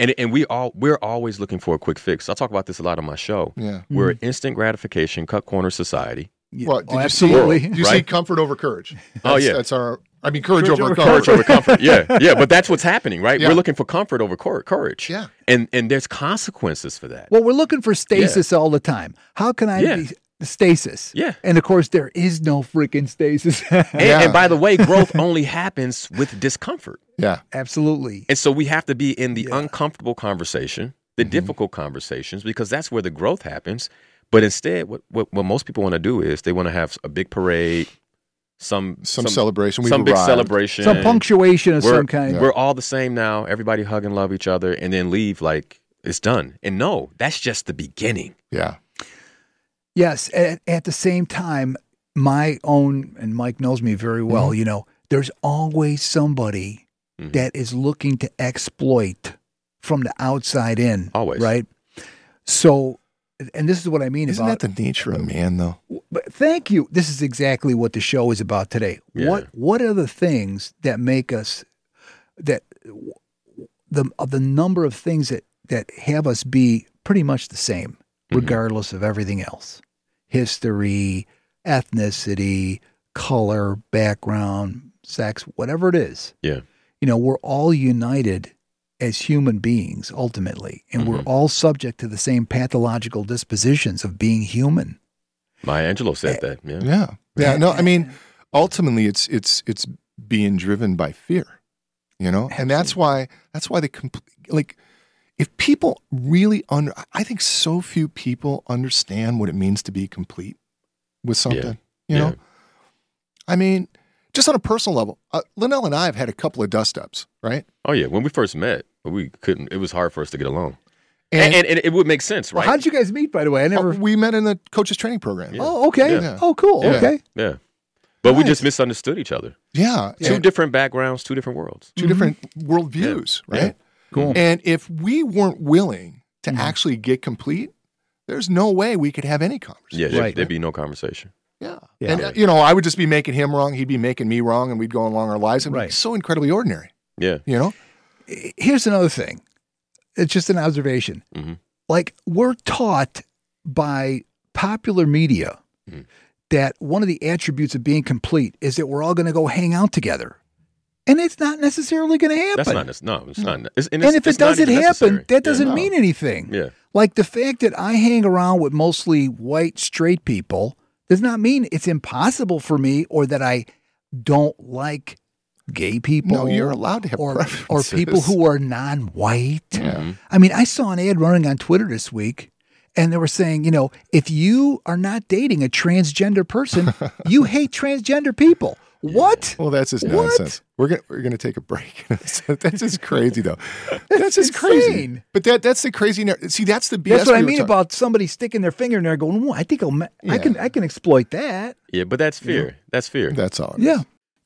S3: and and we all we're always looking for a quick fix. I talk about this a lot on my show.
S2: Yeah.
S1: Mm.
S3: We're an instant gratification cut corner society.
S1: Yeah.
S2: Well, did
S1: Oh,
S2: you
S1: absolutely.
S2: see?
S1: *laughs*
S2: Did you see
S3: Right.
S2: comfort over
S3: *laughs*
S2: courage?
S3: Oh,
S2: That's-
S3: yeah.
S2: that's our. I mean, courage,
S1: Courage
S2: over,
S1: over
S2: comfort.
S3: Courage over comfort. Yeah, yeah. But that's what's happening, right?
S2: Yeah.
S3: We're looking for comfort over cour- courage.
S2: Yeah.
S3: And and there's consequences for that.
S1: Well, we're looking for stasis all the time. How can I
S3: Yeah.
S1: be stasis?
S3: Yeah.
S1: And of course there is no freaking
S3: *laughs*
S1: stasis. *laughs*
S3: and,
S2: Yeah.
S3: and by the way, growth only happens with discomfort.
S2: *laughs* Yeah.
S1: absolutely.
S3: And so we have to be in the uncomfortable conversation, the difficult conversations, because that's where the growth happens. But instead, what, what, what most people want to do is they want to have a big parade, some
S2: Some celebration. We've
S3: some big
S2: arrived.
S3: celebration,
S1: Some punctuation of
S3: We're,
S1: some kind.
S3: we're all the same now. Everybody hug and love each other, and then leave like it's done. And no, that's just the beginning.
S2: Yeah.
S1: Yes. At, at the same time, my own, and Mike knows me very well,
S3: Mm-hmm.
S1: you know, there's always somebody
S3: Mhm.
S1: that is looking to exploit from the outside in.
S3: Always.
S1: Right. So, and this is what I mean
S2: Isn't
S1: about
S2: that the nature of man, though?
S1: but thank you. This is exactly what the show is about today.
S3: Yeah.
S1: What what are the things that make us that the of the number of things that that have us be pretty much the same
S3: Mm-hmm.
S1: regardless of everything else. History, ethnicity, color, background, sex, whatever it is.
S3: Yeah.
S1: You know, we're all united as human beings ultimately, and
S3: Mm-hmm.
S1: we're all subject to the same pathological dispositions of being human.
S3: Maya Angelou said that. Yeah.
S2: Yeah. Yeah. No, I mean, ultimately, it's it's it's being driven by fear, you know, and that's why that's why they compl- like if people really under I think so few people understand what it means to be complete with something, you know.
S3: Yeah.
S2: I mean, just on a personal level, uh, Linnell and I have had a couple of dust ups, right?
S3: Oh yeah. When we first met, we couldn't. It was hard for us to get along, and and, and it would make sense,
S1: Well,
S3: right?
S1: how'd you guys meet, by the way? I never.
S2: Uh, we met in the coaches training program. Yeah.
S1: Oh, okay.
S2: Yeah.
S1: Oh, cool.
S2: Yeah.
S1: Okay.
S3: yeah. But we
S2: Nice.
S3: just misunderstood each other.
S2: and-
S3: Two different backgrounds, two different worlds.
S2: 2 different worldviews,
S3: Yeah.
S2: right? Cool. And if we weren't willing to actually get complete, there's no way we could have any conversation.
S3: Yeah, there'd,
S1: Right.
S3: there'd be no conversation.
S2: Yeah. And, uh, you know, I would just be making him wrong. He'd be making me wrong, and we'd go along our lives. And
S1: Right.
S2: it's so incredibly ordinary,
S3: Yeah,
S2: you know?
S1: Here's another thing. It's just an observation.
S3: Mhm.
S1: Like we're taught by popular media that one of the attributes of being complete is that we're all going to go hang out together. and it's not necessarily going to happen.
S3: That's not nec- no, it's not. ne- It's,
S1: Hmm. and
S3: it's-
S1: if it
S3: it's not
S1: doesn't
S3: even
S1: happen,
S3: necessary.
S1: that doesn't
S3: yeah.
S1: mean anything.
S3: Yeah.
S1: Like the fact that I hang around with mostly white straight people does not mean it's impossible for me or that I don't like gay people.
S2: No, you're allowed to have
S1: or, or
S2: preferences.
S1: people who are non-white.
S2: Yeah.
S1: I mean, I saw an ad running on Twitter this week, and they were saying, you know, if you are not dating a transgender
S2: *laughs*
S1: person, you hate transgender people. What?
S2: *laughs* Well, that's just
S1: What?
S2: nonsense. We're gonna we're gonna take a break. *laughs* that's just crazy,
S1: *laughs*
S2: though. That's just crazy.
S1: insane.
S2: But that that's the crazy. nar- See, that's the BS.
S1: That's what
S2: we
S1: I
S2: were
S1: mean
S2: talking-
S1: about somebody sticking their finger in there, going, "Ooh, "I think I'll, ma- I
S2: Yeah.
S1: can, I can exploit that."
S3: Yeah, but that's fear. That's fear.
S2: That's all. it
S1: Yeah,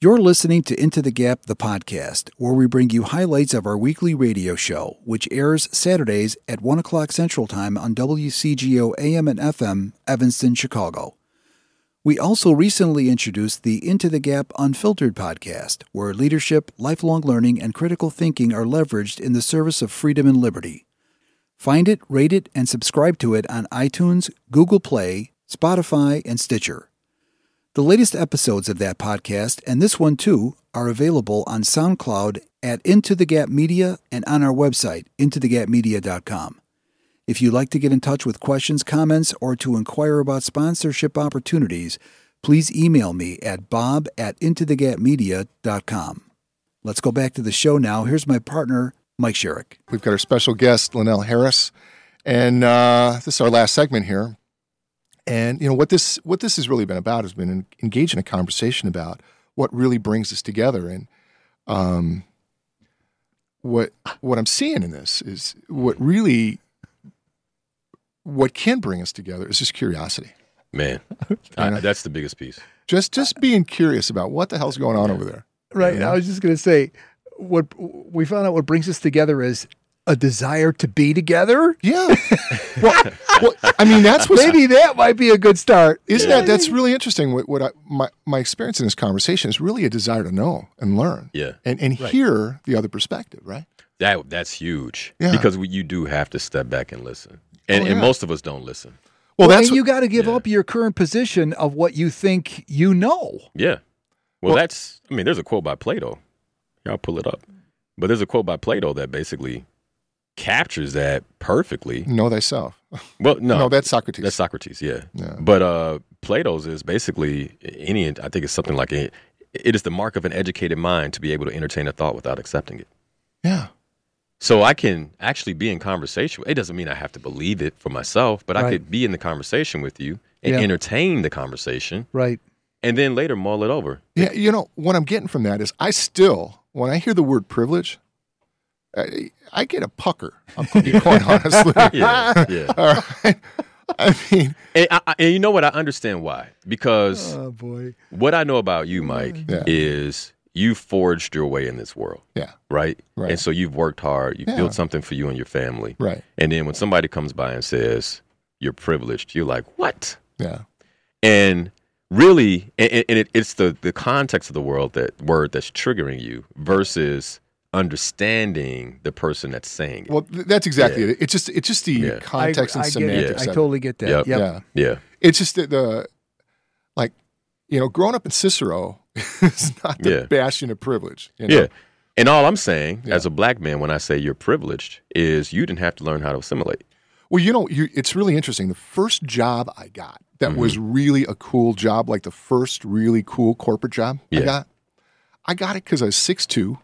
S4: You're listening to Into the Gap, the podcast, where we bring you highlights of our weekly radio show, which airs Saturdays at 1 o'clock Central Time on WCGO AM and FM, Evanston, Chicago. We also recently introduced the Into the Gap Unfiltered podcast, where leadership, lifelong learning, and critical thinking are leveraged in the service of freedom and liberty. Find it, rate it, and subscribe to it on iTunes, Google Play, Spotify, and Stitcher. The latest episodes of that podcast, and this one too, are available on SoundCloud at Into the Gap Media and on our website, intothegapmedia.com. If you'd like to get in touch with questions, comments, or to inquire about sponsorship opportunities, please email me at bob at intothegapmedia.com. Let's go back to the show now. Here's my partner, Mike Sherrick.
S2: We've got our special guest, Linnell Harris, and uh, this is our last segment here. And you know what this what this has really been about has been en- engaged in a conversation about what really brings us together, and um, what what I'm seeing in this is what really what can bring us together is just curiosity.
S1: *laughs*
S3: Man, I, that's the biggest piece.
S2: Just just being curious about what the hell's going on over there.
S1: right. I was just gonna say, what we found out what brings us together is a desire to be together.
S2: Yeah. *laughs* well, well, I mean that's what's
S1: Maybe that might be a good start.
S2: Isn't that that's really interesting? What, what I, my my experience in this conversation is really a desire to know and learn,
S3: Yeah.
S2: and and hear the other perspective, right?
S3: That that's huge
S2: Yeah.
S3: because we, you do have to step back and listen, and,
S2: Oh,
S3: and
S2: yeah.
S3: most of us don't listen.
S2: Well, that's
S1: and you got to give
S3: yeah.
S1: up your current position of what you think you know.
S3: Yeah. Well,
S2: Well-
S3: that's I mean, there's a quote by Plato. Y'all pull it up, but there's a quote by Plato that basically captures that perfectly.
S2: know thyself. *laughs*
S3: Well, no,
S2: No, that's Socrates.
S3: that's Socrates. Yeah.
S2: Yeah.
S3: But uh, Plato's is basically any. I think it's something like a, it is the mark of an educated mind to be able to entertain a thought without accepting it.
S2: yeah,
S3: So I can actually be in conversation. It doesn't mean I have to believe it for myself, but I
S1: Right.
S3: could be in the conversation with you and
S1: Yeah.
S3: entertain the conversation,
S1: Right.
S3: and then later mull it over.
S2: yeah. You know what I'm getting from that is I still when I hear the word privilege, I, I get a pucker. I'm going to be
S3: *laughs*
S2: quite honestly. *laughs*
S3: Yeah, yeah.
S2: All right. I mean,
S3: And, I, I- and you know what? I understand why. Because
S1: Oh boy.
S3: what I know about you, Mike,
S2: Yeah.
S3: is you forged your way in this world,
S2: yeah,
S3: right?
S2: Right.
S3: And so you've worked hard. You
S2: Yeah.
S3: built something for you and your family.
S2: right,
S3: And then when somebody comes by and says you're privileged, you're like, what?
S2: yeah,
S3: and really and, and it, it's the the context of the world that word that's triggering you versus understanding the person that's saying it.
S2: well, th- that's exactly
S3: Yeah.
S2: it. It's just it's just the
S3: Yeah.
S2: context
S1: I,
S2: and
S1: I
S2: semantics.
S1: Get it. I
S2: of it.
S1: totally get that.
S3: Yep.
S1: Yep.
S2: Yeah.
S3: yeah
S2: It's just that the, like, you know, growing up in Cicero *laughs* is not the
S3: Yeah.
S2: bastion of privilege. You know?
S3: yeah and all i'm saying
S2: Yeah.
S3: as a black man when i say you're privileged is you didn't have to learn how to assimilate
S2: Well, you know, you, it's really interesting. The first job I got that was
S3: Mm-hmm.
S2: really a cool job, like the first really cool corporate job I
S3: Yeah.
S2: got, I got it because I was 6'2.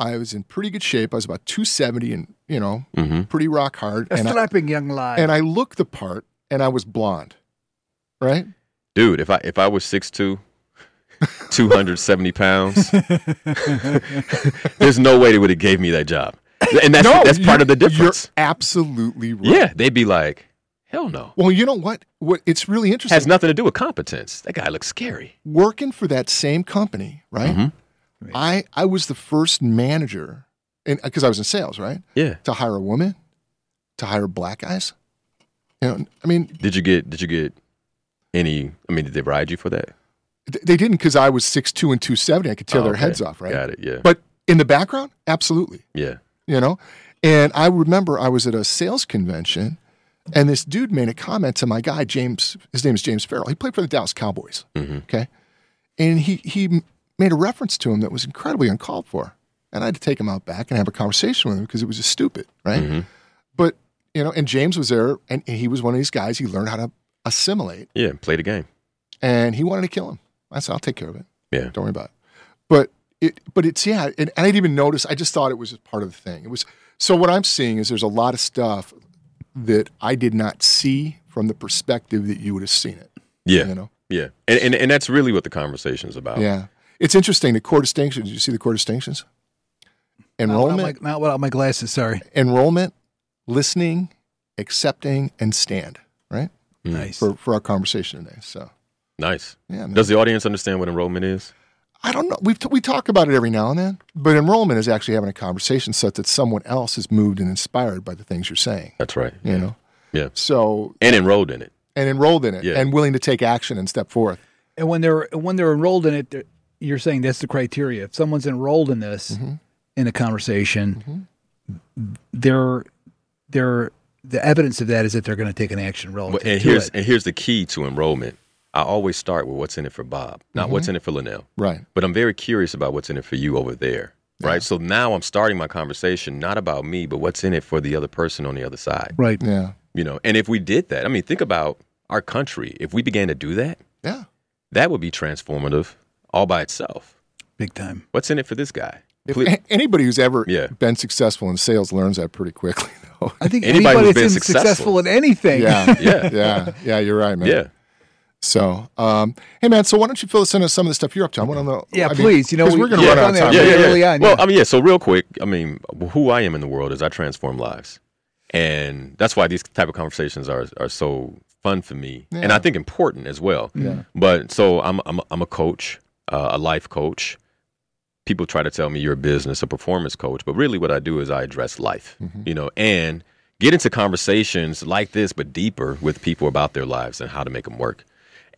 S2: I was in pretty good shape. I was about 270 and, you know,
S3: mm-hmm.
S2: pretty rock hard.
S1: A
S2: and, I,
S1: strapping young lion.
S2: and I looked the part and I was blonde, right?
S3: dude if i if i
S2: *laughs*
S3: was 6'2 270 pounds *laughs* there's no way they would have gave me that job and that's that's part
S2: you-
S3: of the difference
S2: You're absolutely right.
S3: yeah they'd be like hell no
S2: Well, you know what? What it's really interesting.
S3: has nothing to do with competence that guy looks scary
S2: working for that same company, right?
S3: Mhm.
S2: I I was the first manager, and because I was in sales, right,
S3: yeah
S2: to hire a woman, to hire black guys. You know, I mean,
S3: Did you get? Did you get any? I mean, did they ride you for that?
S2: th- they didn't because I was six two and two seventy. I could tear
S3: Oh,
S2: their
S3: okay.
S2: heads off, right?
S3: Got it. Yeah.
S2: But in the background, absolutely,
S3: yeah.
S2: you know. And I remember I was at a sales convention, and this dude made a comment to my guy James. His name is James Farrell. He played for the Dallas Cowboys.
S3: Mhm.
S2: Okay, and he he made a reference to him that was incredibly uncalled for. And I had to take him out back and have a conversation with him because it was just stupid, right? But, you know, and James was there and he was one of these guys. He learned how to assimilate
S3: Yeah, play the game.
S2: and he wanted to kill him. I said, I'll take care of it.
S3: Yeah.
S2: Don't worry about it. But it, but it's yeah, and, and I didn't even notice. I just thought it was just part of the thing. It was so. What I'm seeing is there's a lot of stuff that I did not see from the perspective that you would have seen it.
S3: Yeah. Oh.
S2: You know.
S3: Yeah. And, and and that's really what the conversation's about.
S2: Yeah. It's interesting. The core distinctions. Did you see the core distinctions?
S1: Not without,
S2: Enrollment,
S1: my, not without my glasses, sorry.
S2: enrollment, listening, accepting, and stand. Right
S1: Nice.
S2: Mm. for for our conversation today. So
S3: Nice.
S2: yeah. man.
S3: Does the audience understand what enrollment is?
S2: I don't know. We've t- we talk about it every now and then, but enrollment is actually having a conversation such that someone else is moved and inspired by the things you're saying.
S3: That's right.
S2: You know,
S3: Yeah.
S2: so
S3: And enrolled in it.
S2: and enrolled in it
S3: Yeah.
S2: and willing to take action and step forth.
S1: And when they're when they're enrolled in it, they're- you're saying that's the criteria. If someone's enrolled in this
S2: Mm-hmm.
S1: in a conversation, they're they're the evidence of that is that they're going to take an action relative
S3: But, and
S1: to
S3: here's
S1: it.
S3: and here's the key to enrollment. I always start with what's in it for Bob, not
S1: Mm-hmm.
S3: what's in it for Linnell.
S2: Right.
S3: But I'm very curious about what's in it for you over there. Right. So now I'm starting my conversation not about me, but what's in it for the other person on the other side.
S1: Right.
S2: Yeah.
S3: You know, and if we did that, I mean, think about our country. If we began to do that,
S2: Yeah.
S3: that would be transformative all by itself.
S1: Big time.
S3: What's in it for this guy?
S1: *laughs*
S2: If
S3: Ple-
S2: a- anybody who's ever
S3: Yeah.
S2: been successful in sales learns that pretty quickly, *laughs* though.
S1: I think
S3: Anybody
S1: anybody,
S3: who's
S1: that's
S3: been
S1: been successful.
S3: successful
S1: in anything.
S2: Yeah.
S3: *laughs* Yeah.
S2: Yeah. Yeah. You're right, man.
S3: Yeah.
S2: So, um, hey, man. So why don't you fill us in on some of the stuff you're up to? I want to know.
S1: Yeah,
S2: I mean,
S1: please, you know,
S2: 'cause
S1: we-
S2: we're going to
S1: yeah,
S2: run out of
S1: yeah,
S2: time.
S1: yeah, yeah. early on,
S3: Well,
S1: yeah.
S3: I mean, yeah. So real quick, I mean, who I am in the world is I transform lives, and that's why these type of conversations are are so fun for me, and I think important as well.
S2: Yeah.
S3: But so I'm I'm I'm a coach, uh, a life coach. People try to tell me you're a business, a performance coach, but really what I do is I address life,
S1: Mm-hmm.
S3: you know, and get into conversations like this, but deeper with people about their lives and how to make them work.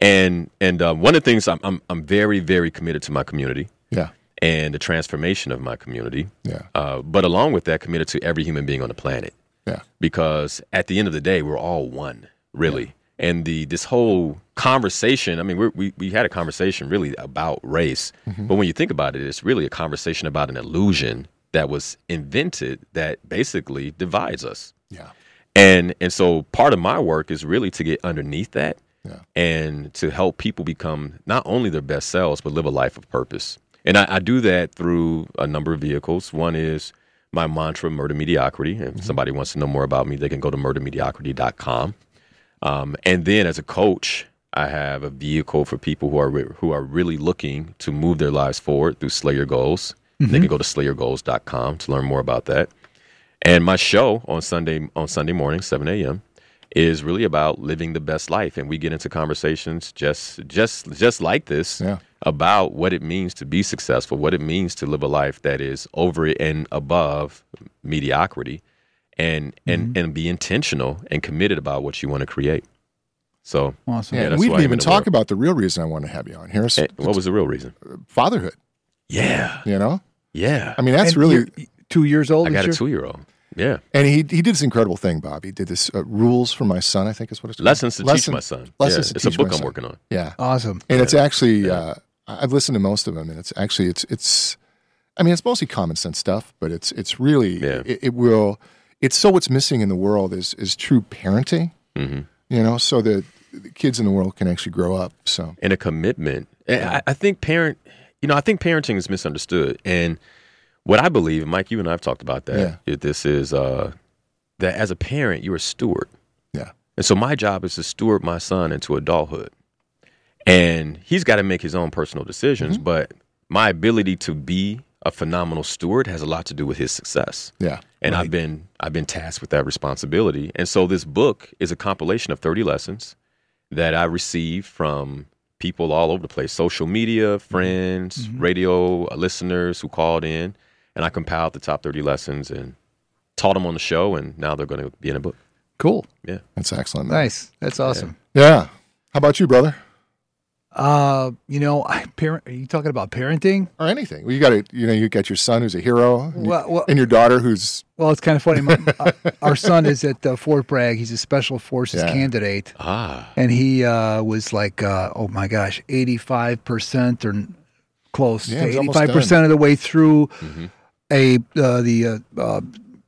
S3: And and uh, one of the things I'm, I'm I'm very very committed to my community
S2: Yeah.
S3: and the transformation of my community.
S2: Yeah.
S3: Uh, but along with that, committed to every human being on the planet
S2: Yeah.
S3: because at the end of the day, we're all one, really. And the this whole conversation, I mean, we're, we we had a conversation really about race, but when you think about it, it's really a conversation about an illusion that was invented that basically divides us.
S2: Yeah.
S3: And and so part of my work is really to get underneath that
S2: Yeah.
S3: and to help people become not only their best selves, but live a life of purpose. And I, I do that through a number of vehicles. One is my mantra, Murder Mediocrity. If somebody wants to know more about me, they can go to murdermediocrity.com. Um, and then as a coach, I have a vehicle for people who are re- who are really looking to move their lives forward through Slayer Goals. They can go to slayergoals.com to learn more about that. And my show on Sunday on Sunday morning, seven a.m., is really about living the best life, and we get into conversations just just just like this
S2: Yeah.
S3: about what it means to be successful, what it means to live a life that is over and above mediocrity, and
S2: Mm-hmm.
S3: and and be intentional and committed about what you want to create. So,
S1: *laughs* Awesome.
S2: Yeah,
S3: Yeah,
S2: and
S3: that's
S2: we didn't
S3: why I'm in
S2: even
S3: the
S2: talk
S3: world.
S2: about the real reason I want to have you on here. It's
S3: eh, what was the real reason?
S2: fatherhood,
S3: Yeah,
S2: you know?
S3: yeah.
S2: I mean, that's
S1: And
S2: really
S1: you're two years old.
S3: I
S1: is
S3: got a
S1: your-
S3: two-year-old. Yeah,
S2: And he, he did this incredible thing, Bob. He did this uh, rules for my son. I think is what it's called.
S3: lessons to teach
S2: Lesson-
S3: my son.
S2: Lessons
S3: yeah,
S2: to
S3: it's a
S2: teach
S3: book
S2: my
S3: I'm
S2: son.
S3: working on.
S2: Yeah,
S1: Awesome.
S2: and it's actually uh, I- I've listened to most of them, and it's actually it's it's I mean it's mostly common sense stuff, but it's it's really
S3: Yeah.
S2: it, it will it's so what's missing in the world is is true parenting,
S3: Mm-hmm.
S2: you know, so that the kids in the world can actually grow up. So
S3: and a commitment. And I, I think parent, you know, I think parenting is misunderstood. And what I believe, and Mike, you and I have talked about that. Yeah. This is uh, that as a parent, you're a steward,
S2: yeah,
S3: and so my job is to steward my son into adulthood, and he's got to make his own personal decisions. But my ability to be a phenomenal steward has a lot to do with his success
S2: yeah,
S3: and I've been I've been tasked with that responsibility. And so this book is a compilation of 30 lessons that I received from people all over the place, social media,
S1: Mm-hmm.
S3: friends, radio uh, listeners who called in, and I compiled the top 30 lessons and taught them on the show and now they're going to be in a book.
S1: Cool.
S3: Yeah.
S2: that's excellent. man.
S1: Nice. That's awesome.
S2: Yeah, how about you, brother?
S1: Uh, you know, I parent. Are you talking about parenting?
S2: Or anything? Well, you got to you know you got your son who's a hero, and, you-
S1: Well, well-
S2: and your daughter who's
S1: Well, it's kind of funny. My, uh, our son is at uh, Fort Bragg. He's a special forces
S2: Yeah.
S1: candidate,
S3: Ah.
S1: and he uh, was like, uh, oh my gosh, eighty-five percent or close
S2: Yeah,
S1: to
S2: it's almost
S1: 85 percent
S2: done.
S1: of the way through a uh, the uh, uh,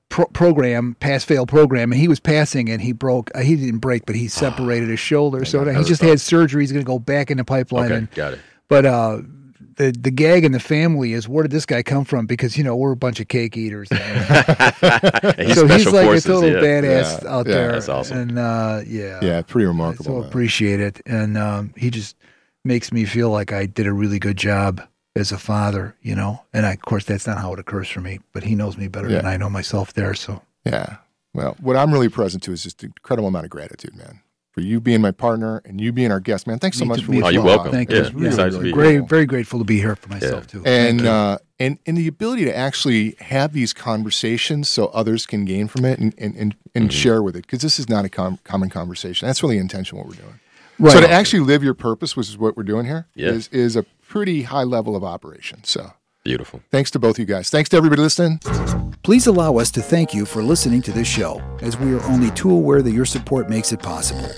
S1: pro- program pass fail program, and he was passing and he broke. Uh, he didn't break, but he separated his shoulder. so
S3: God,
S1: now
S3: that
S1: he
S3: was
S1: just
S3: tough.
S1: had surgery. He's going to go back in the pipeline.
S3: Okay,
S1: And, *laughs*
S3: got it.
S1: but uh, the the gag in the family is where did this guy come from? Because you know we're a bunch of cake eaters.
S3: And he's
S1: so he's
S3: special
S1: like
S3: forces,
S1: a total
S3: yeah.
S1: badass
S2: Yeah,
S1: out
S2: yeah.
S1: there.
S3: That's awesome.
S1: And uh, yeah,
S2: Yeah, pretty
S1: I
S2: remarkable.
S1: so
S2: man.
S1: appreciate it, and um, he just makes me feel like I did a really good job as a father, you know. And I, of course, that's not how it occurs for me, but he knows me better than
S2: Yeah.
S1: I know myself there. So
S2: Yeah. Well, what I'm really present to is just an incredible amount of gratitude, man, for you being my partner and you being our guest, man. Thanks so
S1: Me
S2: much
S1: too,
S2: for
S1: me
S2: what
S1: too.
S3: Oh, you're
S2: do.
S3: welcome.
S1: thank
S3: Yeah,
S1: you. It's really,
S3: excited to
S1: really
S3: be
S1: great,
S2: here.
S1: very grateful to be here for myself too. Thank
S2: And
S1: you.
S2: uh, and and the ability to actually have these conversations so others can gain from it and and and, and
S3: Mm-hmm.
S2: share with it because this is not a com- common conversation. That's really intentional what we're doing.
S1: right.
S2: So to actually live your purpose, which is what we're doing here, is
S3: Yeah.
S2: is a pretty high level of operation. So
S3: Beautiful.
S2: thanks to both you guys. Thanks to everybody listening.
S4: Please allow us to thank you for listening to this show, as we are only too aware that your support makes it possible.